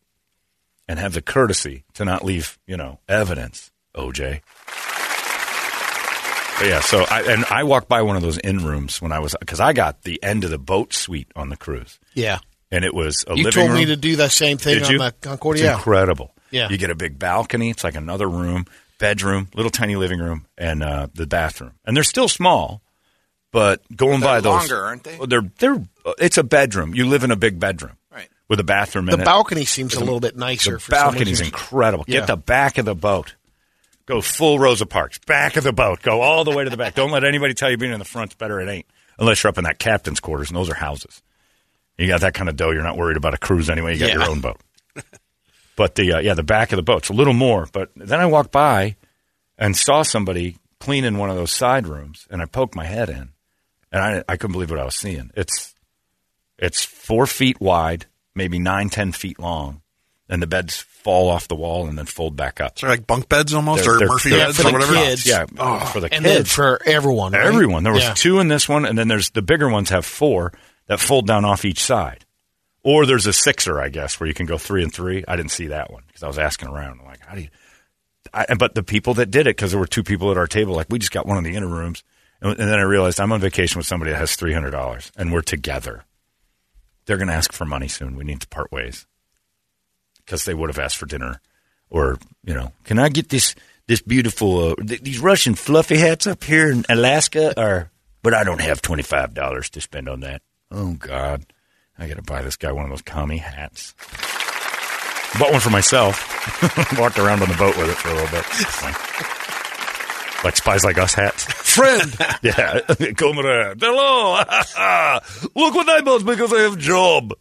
S1: and have the courtesy to not leave, you know, evidence. OJ. But yeah, so I and I walked by one of those inn rooms when I was because I got the end of the boat suite on the cruise,
S2: Yeah,
S1: and it was a
S2: you
S1: living
S2: told
S1: room.
S2: me to do the same thing
S1: Did
S2: on
S1: you?
S2: the
S1: It's
S2: Concordia.
S1: incredible. Yeah. You get a big balcony. It's like another room, bedroom, little tiny living room, and uh, the bathroom. And they're still small, but going by those
S4: longer, aren't they?
S1: Well, They're they're. uh, It's a bedroom. You live in a big bedroom,
S4: right?
S1: With a bathroom in
S2: The
S1: it.
S2: balcony seems a
S1: The-
S2: little bit nicer
S1: The
S2: for some
S1: balcony's
S2: reason.
S1: incredible.
S2: Yeah.
S1: Get the back of the boat. Go full Rosa Parks. Back of the boat. Go all the way to the back. Don't let anybody tell you being in the front's better. It ain't. Unless you're up in that captain's quarters, and those are houses. You got that kind of dough. You're not worried about a cruise anyway. You got your
S9: Yeah.
S1: own boat. But the uh, yeah, the back of the boat's a little more. But then I walked by and saw somebody cleaning one of those side rooms, and I poked my head in, and I I couldn't believe what I was seeing. It's it's four feet wide, maybe nine ten feet long, and the beds fall off the wall and then fold back up. So
S5: like bunk beds almost, or Murphy beds, or whatever.
S1: Yeah,
S5: Oh.
S1: for the
S2: and
S1: kids,
S2: then for everyone, right?
S1: everyone. There was
S2: Yeah.
S1: two in this one, and then there's the bigger ones have four that fold down off each side. Or there's a sixer, I guess, where you can go three and three. I didn't see that one because I was asking around. I'm like, how do you? I, but the people that did it, because there were two people at our table, like we just got one in the inner rooms, and, and then I realized I'm on vacation with somebody that has three hundred dollars, and we're together. They're going to ask for money soon. We need to part ways because they would have asked for dinner, or you know, can I get this this beautiful uh, th- these Russian fluffy hats up here in Alaska? Or but I don't have twenty five dollars to spend on that. Oh God, I got to buy this guy one of those commie hats. Bought one for myself. Walked around on the boat with it for a little bit. Like, like spies like us hats. Friend. yeah. Comrade. Hello. Look what I bought because I have a job.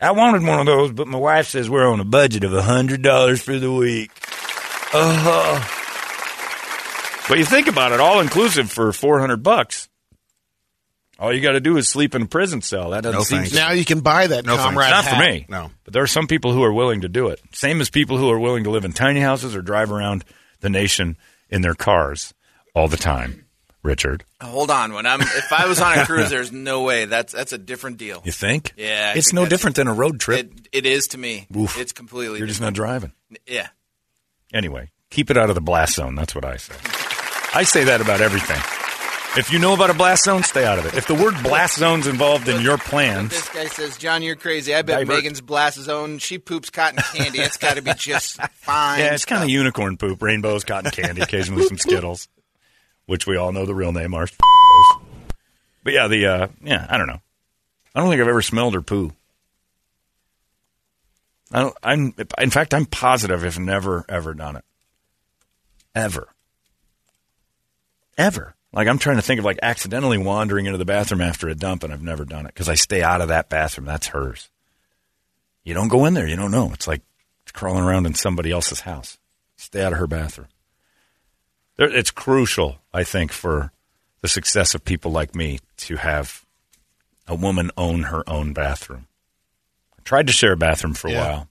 S1: I wanted one of those, but my wife says we're on a budget of $100 for the week. Uh, but you think about it, all inclusive for 400 bucks. All you got to do is sleep in a prison cell. That doesn't seem
S2: now you can buy that comrade
S1: not for
S2: hat.
S1: me. No, but there are some people who are willing to do it. Same as people who are willing to live in tiny houses or drive around the nation in their cars all the time. Richard,
S4: Hold on, when I'm if I was on a cruise, there's no way. That's that's a different deal.
S1: you think?
S4: Yeah, I
S1: it's
S4: think
S1: no
S4: that's-
S1: different than a road trip.
S4: It, it is to me.
S1: Oof.
S4: It's completely.
S1: You're just not driving.
S4: different. Yeah.
S1: Anyway, keep it out of the blast zone. That's what I say. I say that about everything. If you know about a blast zone, stay out of it. If the word blast zone's involved in your plans,
S4: This guy says, "John, you're crazy. I bet
S1: Divert.
S4: Megan's blast is own. She poops cotton candy. It's got to be just fine."
S1: yeah, it's kind of unicorn poop, rainbows, cotton candy, occasionally some Skittles, which we all know the real name are. But yeah, the uh, yeah, I don't know. I don't think I've ever smelled her poo. I don't, I'm in fact I'm positive I've never ever done it. Ever. Ever. Like I'm trying to think of like accidentally wandering into the bathroom after a dump and I've never done it because I stay out of that bathroom. That's hers. You don't go in there. You don't know. It's like crawling around in somebody else's house. Stay out of her bathroom. There, it's crucial, I think, for the success of people like me to have a woman own her own bathroom. I tried to share a bathroom for a
S5: Yeah.
S1: while.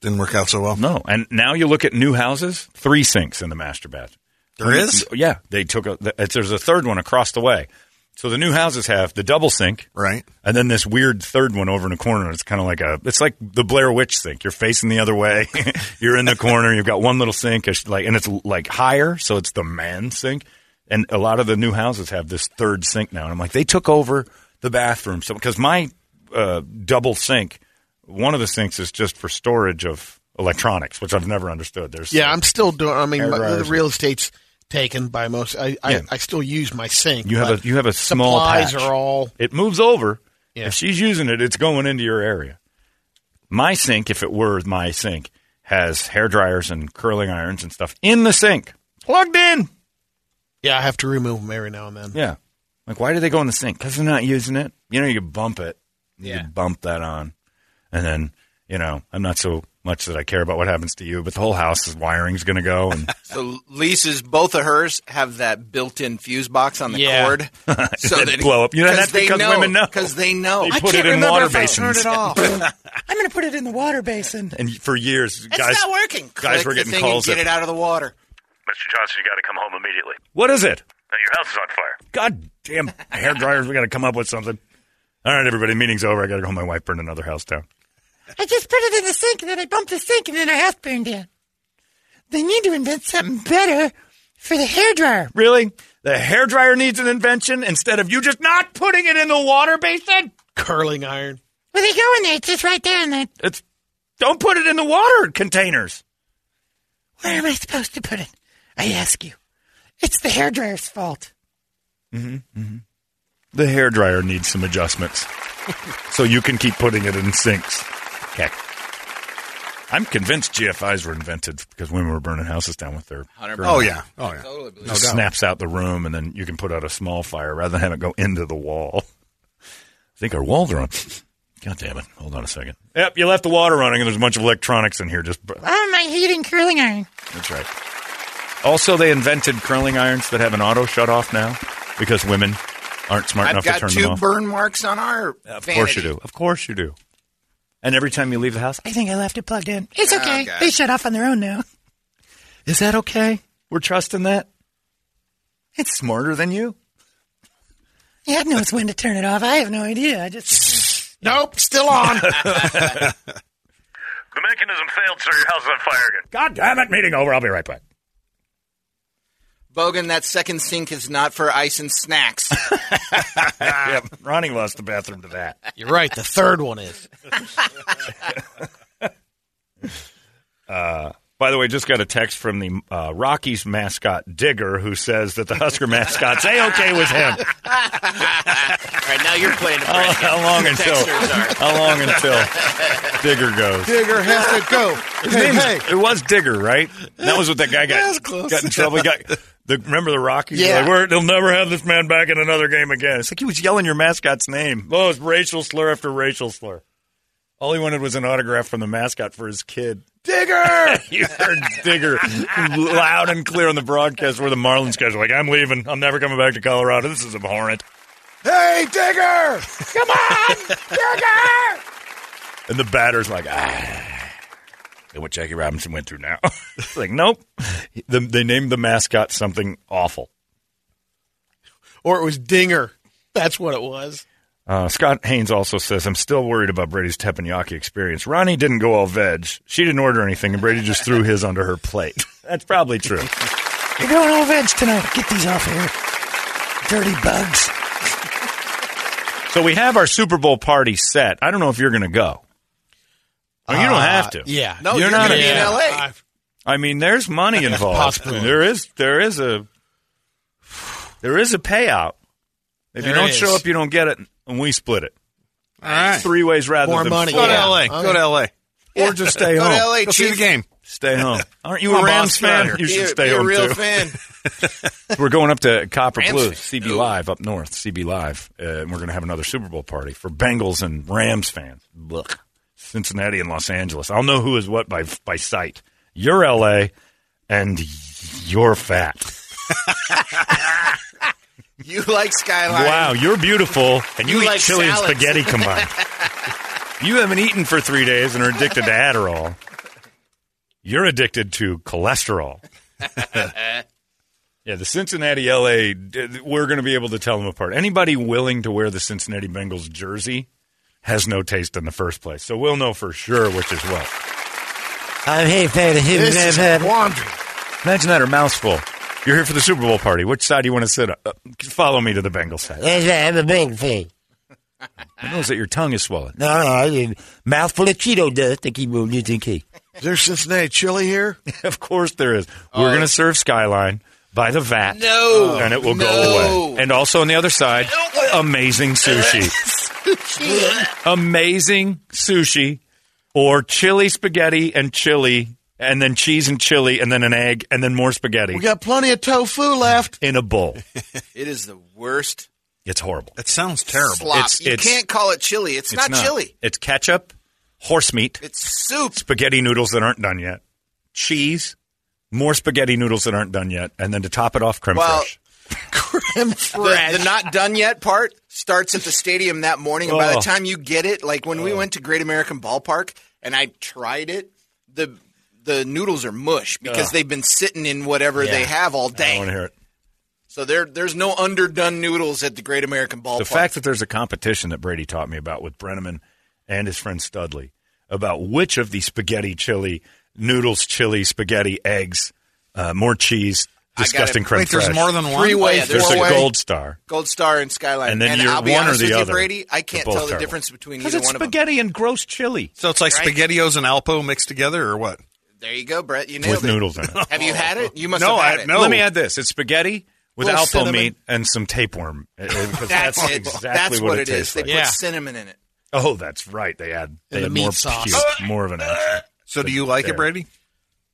S5: Didn't work out so well.
S1: No, and now you look at new houses, three sinks in the master bathroom.
S5: There is?
S1: yeah. They took a. th- There's a third one across the way. So the new houses have the double sink,
S5: right,
S1: and then this weird third one over in the corner. It's kind of like a. It's like the Blair Witch sink. You're facing the other way. You're in the corner. You've got one little sink, it's like, and it's like higher, so it's the man sink. And a lot of the new houses have this third sink now, and I'm like, they took over the bathroom. So because my uh, double sink, one of the sinks is just for storage of electronics, which I've never understood. There's
S2: Yeah, I'm still doing. I mean,
S1: Air
S2: my, the
S1: dryers.
S2: real estate's taken by most. I I, I still use my sink.
S1: You have
S2: but
S1: a you have a small
S2: supplies
S1: patch.
S2: are all.
S1: It moves over.
S2: Yeah.
S1: If she's using it, it's going into your area. My sink, if it were my sink, has hair dryers and curling irons and stuff in the sink, plugged in.
S2: Yeah, I have to remove them every now and then.
S1: Yeah. Like, why do they go in the sink? Because they're not using it. You know, you could bump it. You
S2: Yeah.
S1: could bump that on. And then, you know, I'm not so much that I care about what happens to you, but the whole house's wiring's going to go. And
S4: So Lisa's, both of hers have that built-in fuse box on the cord, so
S1: It'd
S4: that
S1: blow up. You know, that's because women know.
S4: because they know.
S1: They I put can't it in remember water if I basins. turned it off.
S4: I'm going to put it in the water basin.
S1: and for years,
S4: It's
S1: guys,
S4: not working.
S1: Guys
S4: Click
S1: were
S4: the
S1: getting
S4: thing
S1: calls.
S4: And get
S1: that-
S4: it out of the water.
S10: Mr. Johnson, you got to come home immediately.
S1: What is it?
S10: Now, your house is on fire.
S1: God damn hair dryers. We got to come up with something. All right, everybody, meeting's over. I got to go. home. My wife burned another house down.
S11: I just put it in the sink, and then I bumped the sink, and then our house burned down. They need to invent something better for the hairdryer.
S1: Really? The hairdryer needs an invention instead of you just not putting it in the water basin?
S2: Curling iron.
S11: Well, they go in there. It's just right there, and then
S1: It's Don't put it in the water containers.
S11: Where am I supposed to put it? I ask you. It's the hairdryer's fault.
S1: Mm-hmm. mm-hmm. The hairdryer needs some adjustments so you can keep putting it in sinks. Heck. I'm convinced GFIs were invented because women were burning houses down with their.
S5: 100%.
S1: gurney.
S5: Oh, yeah. Oh, yeah. Totally believe
S1: Just
S5: it.
S1: snaps out the room, and then you can put out a small fire rather than have it go into the wall. I think our walls are on. God damn it. Hold on a second. Yep, you left the water running, and there's a bunch of electronics in here. Just
S11: Oh, my heating curling iron.
S1: That's right. Also, they invented curling irons that have an auto shut off now because women aren't smart
S4: I've
S1: enough to
S4: got
S1: turn
S4: two
S1: them off.
S4: burn marks on our.
S1: Of course you do. Of course you do. And every time you leave the house,
S11: I think I left it plugged in. It's
S4: Oh,
S11: okay.
S4: God.
S11: They shut off on their own now.
S1: is that okay? We're trusting that. It's smarter than you.
S11: Yeah, it knows when to turn it off. I have no idea. I just.
S2: nope, still on.
S10: The mechanism failed, sir. Your house is on fire again.
S1: God damn it! Meeting over. I'll be right back.
S4: Bogan, that second sink is not for ice and snacks.
S1: yep. Ronnie lost the bathroom to that.
S2: You're right. The third one is.
S1: Uh, by the way, just got a text from the uh, Rockies mascot Digger, who says that the Husker mascot's a okay with him.
S9: right now you're playing. the
S1: How, how long until? How long until Digger goes?
S7: Digger has to go.
S1: His name's- It was Digger, right? That was what that guy
S7: That
S1: got.
S7: was close.
S1: Got in trouble. He got. The, remember the Rockies?
S7: Yeah.
S1: Yeah. Like, We're, they'll never have this man back in another game again. It's like he was yelling your mascot's name. Oh, it's racial slur after racial slur. All he wanted was an autograph from the mascot for his kid.
S7: Digger!
S1: You heard Digger loud and clear on the broadcast where the Marlins guys were like, I'm leaving. I'm never coming back to Colorado. This is abhorrent.
S7: Hey, Digger! Come on, Digger!
S1: And the batter's like, ah. And what Jackie Robinson went through now. It's like, nope. The, they named the mascot something awful.
S2: Or it was Dinger. That's what it was.
S1: Uh, Scott Haynes also says, I'm still worried about Brady's teppanyaki experience. Ronnie didn't go all veg. She didn't order anything, and Brady just threw his onto her plate. That's probably true.
S11: You're going all veg tonight. Get these off here. Dirty bugs.
S1: so we have our Super Bowl party set. I don't know if you're going to go.
S9: Oh,
S1: Well, you don't
S2: Uh,
S1: have to.
S2: yeah.
S4: No,
S1: you're,
S4: you're
S1: not
S4: gonna be in
S1: a-
S4: LA.
S2: I've-
S1: I mean, there's money involved.
S2: possibility.
S1: there is there is a there is a payout. If
S2: There
S1: you don't
S2: is.
S1: show up, you don't get it, and we split it.
S5: All right.
S1: Three ways rather
S2: More
S1: than
S2: money.
S1: four.
S5: Go
S2: Yeah.
S5: to LA.
S2: Okay.
S5: Go to LA.
S1: or just stay
S5: Go
S1: home.
S5: to LA.
S4: Go see
S5: see
S4: the
S5: the game.
S1: Stay home. Aren't you
S5: Come
S1: a
S5: on, boss,
S1: Rams
S5: get out
S1: fan?
S5: of here.
S1: You should
S4: You're-
S1: stay
S4: you're
S1: home
S4: a real
S1: too.
S4: fan.
S1: We're going up to Copper
S4: Rams
S1: Blue,
S4: fan.
S1: CB Live up north, CB Live, uh, and we're going to have another Super Bowl party for Bengals and Rams fans. Look, Cincinnati and Los Angeles. I'll know who is what by by sight. You're LA, and you're fat.
S4: You like Skyline.
S1: Wow, you're beautiful, and you,
S4: You
S1: eat
S4: like
S1: chili
S4: salads.
S1: and spaghetti combined. you haven't eaten for three days and are addicted to Adderall. You're addicted to cholesterol. yeah, the Cincinnati, LA, d- we're going to be able to tell them apart. Anybody willing to wear the Cincinnati Bengals jersey has no taste in the first place. So we'll know for sure which is what. I'm here for
S2: This is a quandary.
S1: Imagine that, or mouthful. You're here for the Super Bowl party. Which side do you want to sit on? Uh, follow me to the Bengals side.
S9: I'm a big thing.
S1: I notice that your tongue is swollen.
S9: No, no, I did mouthful of Cheeto dust to keep on using key.
S7: Is there Cincinnati chili here?
S1: of course there is. We're going to serve Skyline by the vat.
S4: Oh. No.
S1: And it will
S4: No.
S1: go away. And also on the other side, amazing sushi. amazing sushi or chili spaghetti and chili and then cheese and chili and then an egg and then more spaghetti
S7: We got plenty of tofu left.
S1: in a bowl.
S4: It is the worst
S1: It's horrible.
S5: That sounds terrible.
S4: slop.
S1: It's-
S4: you
S1: it's-
S4: can't call it chili. It's, not, chili.
S1: It's ketchup, horse meat,
S4: It's soup.
S1: spaghetti noodles that aren't done yet, cheese, more spaghetti noodles that aren't done yet, and then to top it off, creme
S4: Well,
S1: fraiche.
S4: The, the not done yet part starts at the stadium that morning, and by
S1: Oh.
S4: the time you get it, like when we went to Great American Ballpark and I tried it, the the noodles are mush because
S1: Ugh.
S4: they've been sitting in whatever they have all
S1: I don't
S4: day.
S1: want to hear it.
S4: so there, there's no underdone noodles at the Great American Ballpark.
S1: The fact that there's a competition that Brady taught me about with Brenneman and his friend Studley about which of the spaghetti chili, noodles, chili, spaghetti, eggs, uh, more cheese, disgusting
S4: gotta-
S1: creme
S4: Wait, there's
S1: fraiche.
S4: more than one? Three-way,
S1: There's a
S4: four-way.
S1: gold star.
S4: Gold Star and Skyline.
S1: And then you're
S4: I'll be
S1: one or
S4: honest
S1: the
S4: with you,
S1: other.
S4: Brady. I
S1: They're
S4: can't
S1: both
S4: tell the
S1: terrible.
S4: difference between
S5: Because
S4: either
S5: it's
S4: one of them.
S5: spaghetti and gross chili. So it's like
S4: Right.
S5: SpaghettiOs and Alpo mixed together, or what?
S4: There you go, Brett. You nailed
S1: With
S4: it.
S1: noodles in it.
S4: Have you had it? You must
S1: no,
S4: have had
S1: I,
S4: it.
S1: no. Let me add this: it's spaghetti with
S4: Little
S1: alpo
S4: cinnamon.
S1: meat and some tapeworm. Uh, uh, because
S4: That's
S1: that's,
S4: it.
S1: exactly
S4: That's
S1: what,
S4: what
S1: it
S4: it is.
S1: tastes
S4: They
S1: like.
S4: put Yeah. cinnamon in it.
S1: Oh, that's right. They add they
S5: And the
S1: add
S5: meat
S1: more
S5: sauce.
S1: puke, more of an action.
S5: So do you like it, Brady?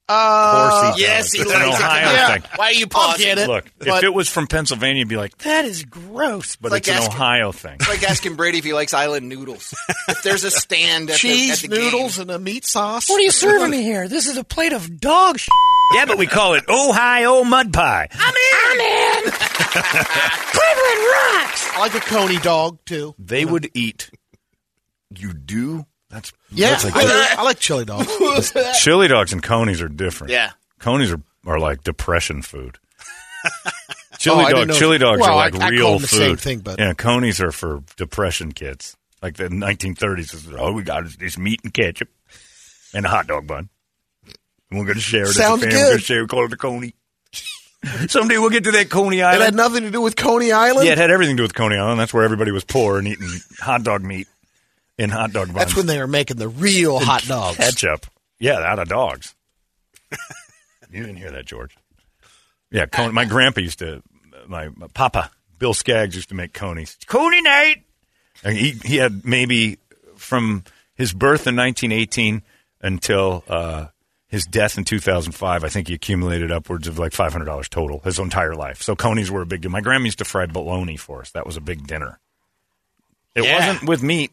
S2: Uh,
S1: does.
S2: yes, he
S1: It's
S2: likes
S1: an
S2: it.
S1: Ohio
S2: Yeah.
S1: thing.
S2: Why are you pausing?
S1: Look, if
S2: But-
S1: it was from Pennsylvania, it'd be like,
S11: That is gross.
S1: but
S4: like
S1: it's an
S4: asking-
S1: Ohio thing.
S4: It's like asking Brady if he likes island noodles. If there's a stand at
S2: Cheese
S4: the, at the
S2: noodles and a meat sauce.
S11: What are you serving me here? This is a plate of dog shit.
S1: yeah, but we call it Ohio mud pie.
S11: I'm in. I'm in. Cleveland rocks.
S2: I like a coney dog too.
S1: They would eat. You do? That's
S2: Yeah,
S1: That's like
S2: I, like, I like chili dogs.
S1: chili dogs and conies are different.
S2: Yeah.
S1: conies are, are like depression food.
S2: Oh,
S1: Chili
S2: I didn't
S1: dog,
S2: know-
S1: chili dogs
S2: well,
S1: are
S2: I-
S1: like
S2: I call
S1: real
S2: them the
S1: food.
S2: same thing, but-
S1: yeah, conies are for depression kids. Like the 1930s, is, all we got is this meat and ketchup and a hot dog bun. And we're going to share it. as a
S2: Sounds
S1: family. We're gonna
S2: good.
S1: share. it. We call it a coney. Someday we'll get to that Coney
S2: It
S1: Island.
S2: had nothing to do with Coney Island.
S1: Yeah, it had everything to do with Coney Island. That's where everybody was poor and eating hot dog meat in hot dog buns.
S2: That's when they were making the real
S1: And
S2: hot dogs.
S1: Ketchup. Yeah, out of dogs. you didn't hear that, George. Yeah, Coney, my grandpa used to, my, my papa, Bill Skaggs, used to make Conies. Coney night. And he, he had maybe from his birth in 1918 until uh, his death in 2005, I think he accumulated upwards of like $500 total his entire life. So Conies were a big deal. My grandma used to fry bologna for us. That was a big dinner. It
S2: Yeah.
S1: wasn't with meat.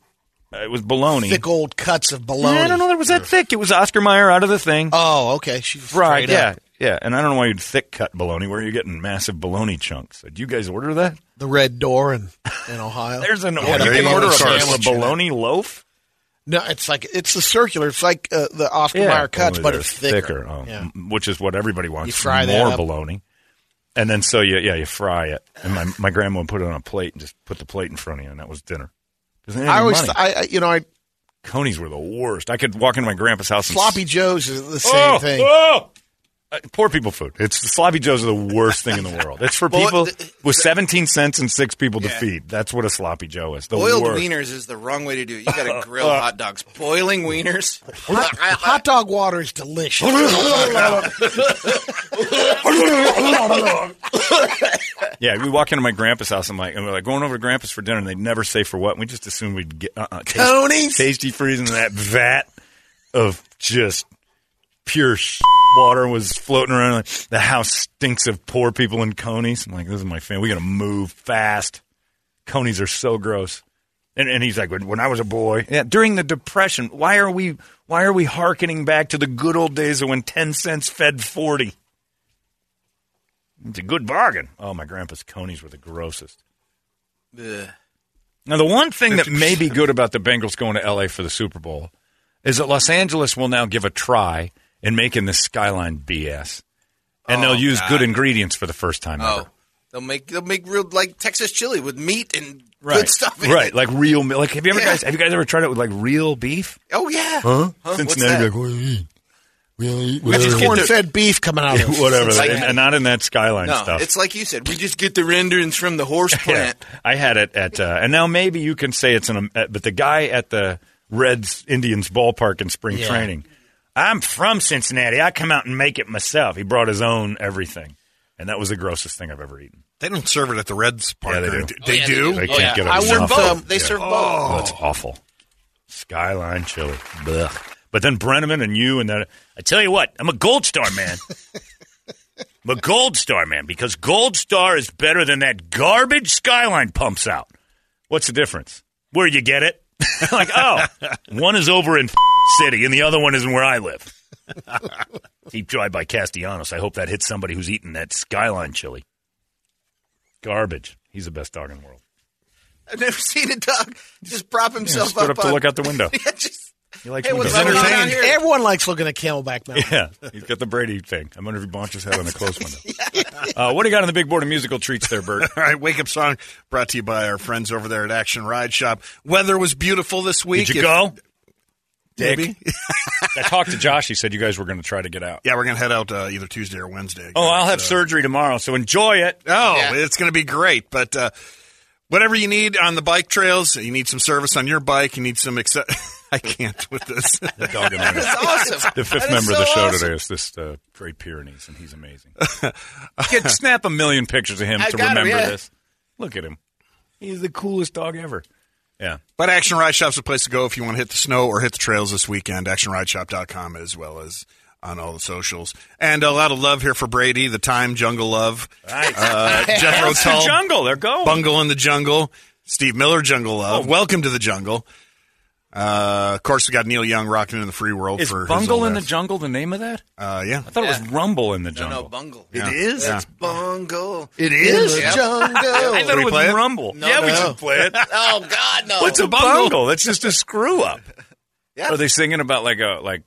S1: It was bologna.
S2: Thick old cuts of bologna.
S1: I don't know that it was that thick. It was Oscar Mayer out of the thing.
S2: Oh, okay. She
S1: Fried,
S2: straight
S1: yeah,
S2: up.
S1: yeah. And I don't know why you'd thick cut bologna. Where are you getting massive bologna chunks? Did you guys order that?
S2: The Red Door in, in Ohio.
S1: There's an
S2: They
S1: order.
S2: had
S1: You can
S2: bologna
S1: order a
S2: sandwich
S1: parcel of
S2: in it.
S1: bologna loaf.
S2: No, it's like it's the circular. It's like uh, the Oscar Mayer cuts,
S1: Only
S2: but
S1: they're
S2: it's thicker.
S1: oh,
S2: Yeah.
S1: m- which is what everybody wants.
S2: You fry that
S1: more
S2: up.
S1: bologna, and then so you yeah you fry it. And my my grandma would put it on a plate and just put the plate in front of you, and that was dinner. 'Cause they didn't
S2: I
S1: have
S2: always,
S1: money.
S2: I, I- you know, I
S1: Conies were the worst. I could walk into my grandpa's house and
S2: floppy joes is the same
S1: Oh,
S2: thing.
S1: oh! Uh, poor people food. It's the sloppy joes are the worst thing in the world. It's for
S4: Boy-
S1: people
S4: th-
S1: with 17 cents and six people to
S4: Yeah.
S1: feed. That's what a sloppy joe is. The
S4: Boiled
S1: worst.
S4: wieners is the wrong way to do it. You got to grill hot dogs. Boiling wieners.
S2: Hot, hot dog water is delicious.
S1: Yeah, we walk into my grandpa's house. I'm like, and we're like going over to grandpa's for dinner, and they'd never say for what. And we just assumed we'd get uh-uh, taste-
S2: Conies?
S1: tasty freezing that vat of just pure sh- water was floating around. Like, the house stinks of poor people and conies. I'm like, this is my family. We got to move fast. Conies are so gross. And, and he's like, when, when I was a boy, yeah, during the depression, why are we why are we hearkening back to the good old days of when ten cents fed forty? It's a good bargain. Oh, my grandpa's conies were the grossest.
S4: Ugh.
S1: Now, the one thing that may be good about the Bengals going to LA for the Super Bowl is that Los Angeles will now give a try in making this skyline BS, and
S4: Oh,
S1: they'll use
S4: God.
S1: good ingredients for the first time
S4: Oh,
S1: ever.
S4: they'll make they'll make real like Texas chili with meat and
S1: Right,
S4: good stuff. in
S1: right,
S4: it.
S1: like real. mi- Like, have you ever
S4: Yeah.
S1: guys have you guys ever tried it with like real beef?
S4: Oh yeah.
S1: Huh?
S4: What's
S1: Cincinnati,
S4: that?
S1: like, what do you eat? We don't eat
S2: That's
S1: whatever.
S2: corn-fed beef coming out of it.
S1: whatever,
S4: It's like-
S1: and, and not in that skyline
S4: no,
S1: stuff.
S4: it's like you said. We just get the renderings from the horse
S1: Yeah.
S4: plant.
S1: I had it at, uh, and now maybe you can say it's an, uh, but the guy at the Reds Indians ballpark in spring
S5: Yeah.
S1: training, I'm from Cincinnati. I come out and make it myself. He brought his own everything, and that was the grossest thing I've ever eaten.
S5: They don't serve it at the Reds park.
S1: Yeah, they do.
S5: They,
S1: Oh, yeah,
S5: do.
S1: They can't get it.
S2: I
S1: enough
S2: serve
S1: of
S2: both.
S1: it.
S2: They
S1: Yeah.
S2: serve both.
S1: Oh, it's awful. Skyline chili. Blech. But then Brenneman and you and that. I tell you what, I'm a gold star man. I'm a gold star man because gold star is better than that garbage Skyline pumps out. What's the difference? Where you get it? like, oh, one is over in city and the other one is in where I live. Deep Drive by Castellanos. I hope that hits somebody who's eating that Skyline chili. Garbage. He's the best dog in the world.
S4: I've never seen a dog just prop himself
S1: stood
S4: up,
S1: up to
S4: on-
S1: look out the window.
S4: yeah, just,
S1: He likes
S4: Hey,
S1: windows.
S4: what's going on out here?
S2: Everyone likes looking at Camelback Mountain.
S1: Yeah, he's got the Brady thing. I wonder if he bonches head on the closed window. Uh, what do you got on the big board of musical treats there, Bert?
S5: All right, wake up song brought to you by our friends over there at Action Ride Shop. Weather was beautiful this week.
S1: Did you
S5: If-
S1: go? dick.
S5: Maybe.
S1: I talked to Josh. He said you guys were going to try to get out.
S5: Yeah, we're gonna head out uh, either Tuesday or Wednesday.
S1: Oh, I'll have surgery tomorrow, so enjoy it.
S5: Oh, it's going to be great. But uh, whatever you need on the bike trails, you need some service on your bike. You need some. Exce- I can't with this.
S1: Dog and Onion. The fifth member of the show today is this uh, Great Pyrenees, and he's amazing. Get snap a million pictures of him
S5: I
S1: to
S5: got him,
S1: remember
S5: yeah.
S1: this. Look at him. He's the coolest dog ever. Yeah.
S5: But Action Ride Shop's a place to go if you want to hit the snow or hit the trails this weekend. ActionRideShop.com as well as on all the socials. And a lot of love here for Brady, the time, Jungle Love.
S1: Nice.
S5: Uh, Jethro
S1: That's the
S5: Tull.
S1: jungle. They're going.
S5: Bungle in the Jungle. Steve Miller, Jungle
S1: Oh.
S5: Love. Welcome to the Jungle. Uh, of course, we got Neil Young rocking in the free world
S1: Is
S5: for his
S1: Bungle
S5: old
S1: in the
S5: ass.
S1: Jungle the name of that?
S5: Uh, yeah.
S1: I thought it was Rumble in the
S4: No,
S1: Jungle.
S4: no, bungle.
S1: It Yeah. is?
S4: It's
S1: Yeah.
S4: bungle.
S1: It is?
S4: In the
S1: Yeah.
S4: jungle.
S1: I thought it was Rumble. yeah, we should play it.
S4: oh God, no.
S1: What's a bungle? That's just a screw up.
S4: Yeah.
S1: Are they singing about like a like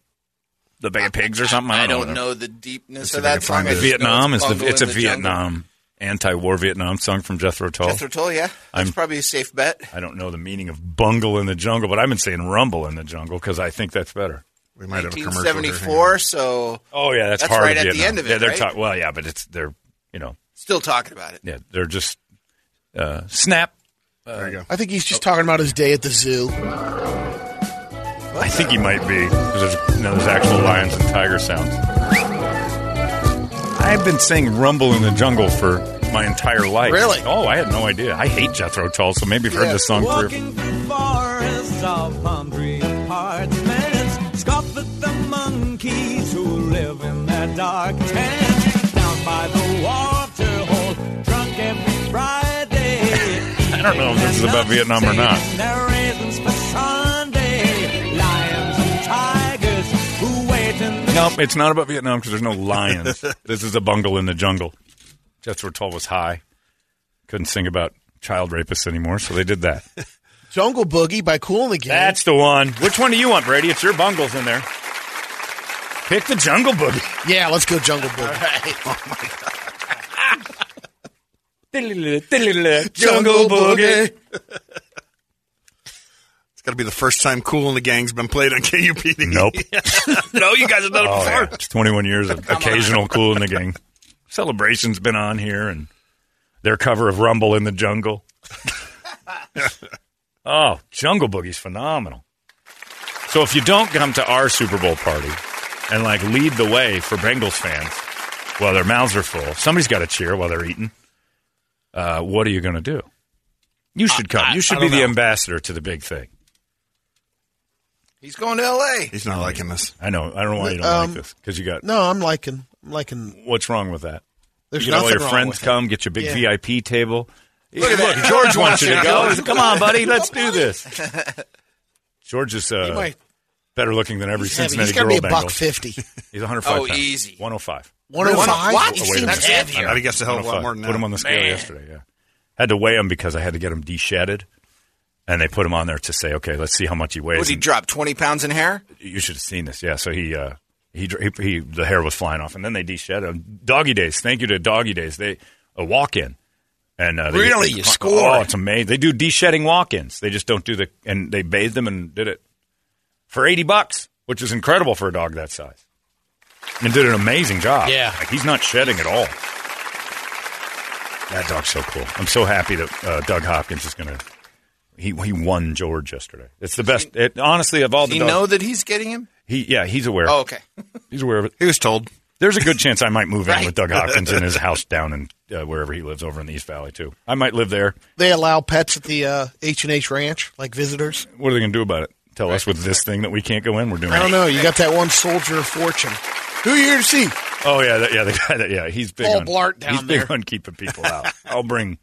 S1: the Bay of Pigs or something? I
S4: I
S1: don't,
S4: don't know the deepness of that song. I just know
S1: Vietnam is
S4: it's
S1: the
S4: Bungle
S1: it's a
S4: in the
S1: Vietnam anti-war Vietnam song from Jethro Tull.
S4: Jethro Tull, yeah. That's
S1: I'm-
S4: probably a safe bet.
S1: I don't know the meaning of bungle in the jungle, but I've been saying rumble in the jungle because I think that's better.
S5: We
S4: 1974, so
S1: Oh yeah, that's,
S4: that's
S1: hard.
S4: right at
S1: Vietnam.
S4: the end of it.
S1: Yeah, they're
S4: right?
S1: talk- well, yeah, but it's they're you know
S4: Still talking about it.
S1: yeah they're just uh, snap.
S5: there you go.
S2: I think he's just talking about his day at the zoo.
S1: I think he might be because there's, you know, there's actual lions and tiger sounds. I've been saying "Rumble in the Jungle" for my entire life.
S8: Really?
S1: Oh, I had no idea. I hate Jethro Tull, so maybe I've heard this song three. or-
S8: Walking through forests of palm tree apartments, scoffed the monkeys who live in their dark tents. Down by the water hole, drunk every Friday.
S1: I don't know if this is about Vietnam or not.
S8: Their raisins for Sunday. Lions and tigers who wait in the
S1: Nope, it's not about Vietnam because there's no lions. this is a bungle in the jungle. Jethro Tull was high, couldn't sing about child rapists anymore, so they did that.
S2: Jungle Boogie by Cool and the Gang.
S1: That's the one. Which one do you want, Brady? It's your bungles in there. Pick the jungle boogie.
S2: yeah, let's go Jungle Boogie.
S8: Jungle
S5: Boogie.
S8: Boogie.
S5: It's got to be the first time Cool and the Gang's been played on KUPD.
S1: Nope.
S5: no, you guys have done it
S1: Oh,
S5: before.
S1: yeah. It's 21 years of occasional cool in the gang. Celebration's been on here, and their cover of Rumble in the Jungle. oh, Jungle Boogie's phenomenal. So if you don't come to our Super Bowl party and like lead the way for Bengals fans while their mouths are full, somebody's got to cheer while they're eating. Uh, what are you going to do? You should come. you should
S5: I
S1: be
S5: don't
S1: the
S5: know.
S1: ambassador to the big thing.
S4: He's going to L.A.
S5: He's not liking this.
S1: I know. I don't know why you don't
S2: Um,
S1: like this because you got.
S2: No, I'm liking. I'm liking.
S1: What's wrong with that?
S2: There's
S1: you get all
S2: nothing
S1: your
S2: wrong
S1: friends
S2: with it.
S1: come, get your big
S2: Yeah.
S1: VIP table.
S2: Look
S1: Hey,
S2: at that.
S1: George wants you to go. Come on, buddy, let's do this.
S2: this.
S1: George is uh,
S2: might-
S1: better looking than every
S2: He's heavy.
S1: Cincinnati
S2: He's gotta
S1: girl.
S2: be a buck
S1: Bengal.
S2: 50.
S1: He's 105.
S4: Oh,
S1: pounds.
S4: easy.
S1: 105.
S2: 105? What?
S1: Oh, wait
S2: He
S1: a
S2: seems
S1: minute.
S2: heavier.
S1: I know.
S5: I'd have guessed a hell of a lot
S1: 105.
S5: more than
S1: Put him
S5: that.
S1: on the scale
S5: Man.
S1: yesterday. Yeah, had to weigh him because I had to get him deshatted, and they put him on there to say, okay, let's see how much he weighs.
S4: What did he
S1: And-
S4: drop? 20 pounds in hair?
S1: you should have seen this. Yeah, so he uh, he, dr- he he the hair was flying off, and then they deshed him. Doggy Days, thank you to Doggy Days. They a walk in, and uh, they
S5: Really?
S1: they-
S5: You scored.
S1: Oh, it's amazing. They do deshedding walk ins. They just don't do the and they bathed them and did it for eighty bucks, which is incredible for a dog that size, and did an amazing job.
S2: Yeah.
S1: like he's not shedding at all. That dog's so cool. I'm so happy that uh, Doug Hopkins is gonna. He, he won George yesterday. It's the best. It, honestly, of all
S4: Does
S1: the
S4: he
S1: dogs,
S4: know that he's getting him?
S1: he yeah, he's aware.
S4: Oh, okay.
S1: He's aware of it.
S5: He was told.
S1: There's a good chance I might move in
S4: Right.
S1: with Doug Hopkins in his house down in uh, wherever he lives over in the East Valley too. I might live there.
S2: They allow pets at the uh, H and H Ranch, like visitors.
S1: What are they going to do about it? Tell us with this thing that we can't go in. We're doing.
S2: I don't
S1: it.
S2: know. You got that one soldier of fortune. Who you here to see?
S1: Oh yeah, that, yeah, the guy that yeah, he's big
S2: Paul
S1: on
S2: Blart down
S1: he's big
S2: there.
S1: on keeping people out. I'll bring,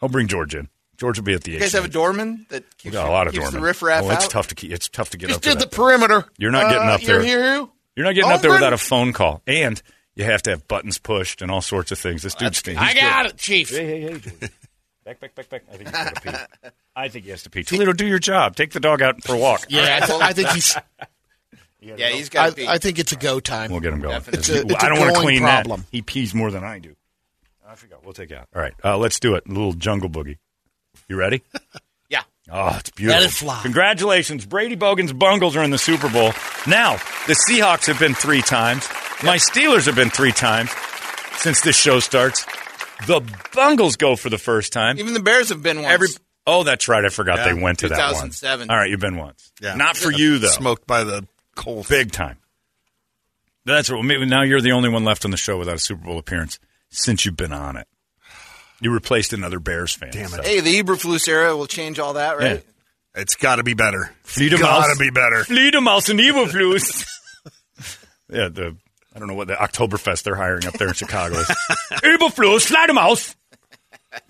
S1: I'll bring George in. George will be at the.
S4: You guys have a doorman that
S1: We
S4: keeps,
S1: got a lot of
S4: keeps
S1: doormen.
S4: the riffraff
S1: oh, it's
S4: out?
S1: tough to keep. It's tough to get
S2: Just
S1: up. to
S2: did the
S1: that.
S2: perimeter.
S1: You're not getting
S2: Uh,
S1: up there.
S2: You're here.
S1: You're not getting up there
S2: Over.
S1: without a phone call, and you have to have buttons pushed and all sorts of things. This dude's thing.
S2: I got it, Chief.
S1: Hey, hey, hey. Back, back, back, back. I think he's got to pee. I think he has to pee. Toledo, do your job. Take the dog out for a walk.
S2: Yeah, I, th- I think he's.
S4: Yeah, he's
S2: I,
S4: got to be.
S2: I think it's a go time.
S1: We'll get him going.
S2: It's a, it's
S1: I don't
S2: a
S1: wanna
S2: going
S1: clean
S2: problem.
S1: that. He pees more than I do. I forgot. We'll take it out. All right, uh, let's do it. A little jungle boogie. You ready?
S4: yeah.
S1: Oh, it's beautiful.
S2: Let it fly.
S1: Congratulations. Brady Bogan's Bungles are in the Super Bowl. Now, the Seahawks have been three times. My Steelers have been three times since this show starts. The Bungles go for the first time.
S4: Even the Bears have been once.
S1: Every, oh, that's right. I forgot
S4: Yeah,
S1: they went to that one.
S4: 2007.
S1: All right, you've been once.
S4: Yeah.
S1: Not for you, though.
S5: Smoked by the cold.
S1: Big time. That's what. Maybe now you're the only one left on the show without a Super Bowl appearance since you've been on it. You replaced another Bears fan. Damn it.
S4: Hey, the Eberflus era will change all that, right?
S5: It's got to be better.
S1: Fledermaus.
S5: Gotta be better.
S1: Fledermaus and Eberflus. yeah, the I don't know what the Oktoberfest they're hiring up there in Chicago is. Eberflus, Fledermaus.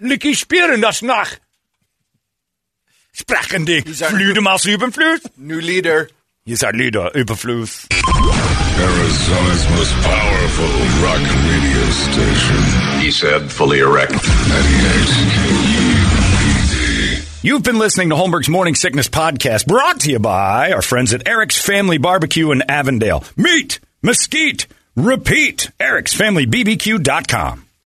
S1: Licky spielen das nach. Sprachen die Fledermaus Eberflus.
S4: New leader.
S1: He's our leader, Eberflus.
S12: Arizona's most powerful rock radio station. He said, fully erect. 98 KUPD.
S1: You've been listening to Holmberg's Morning Sickness Podcast, brought to you by our friends at Eric's Family Barbecue in Avondale. Meet, mesquite, repeat, ericsfamilybbq.com.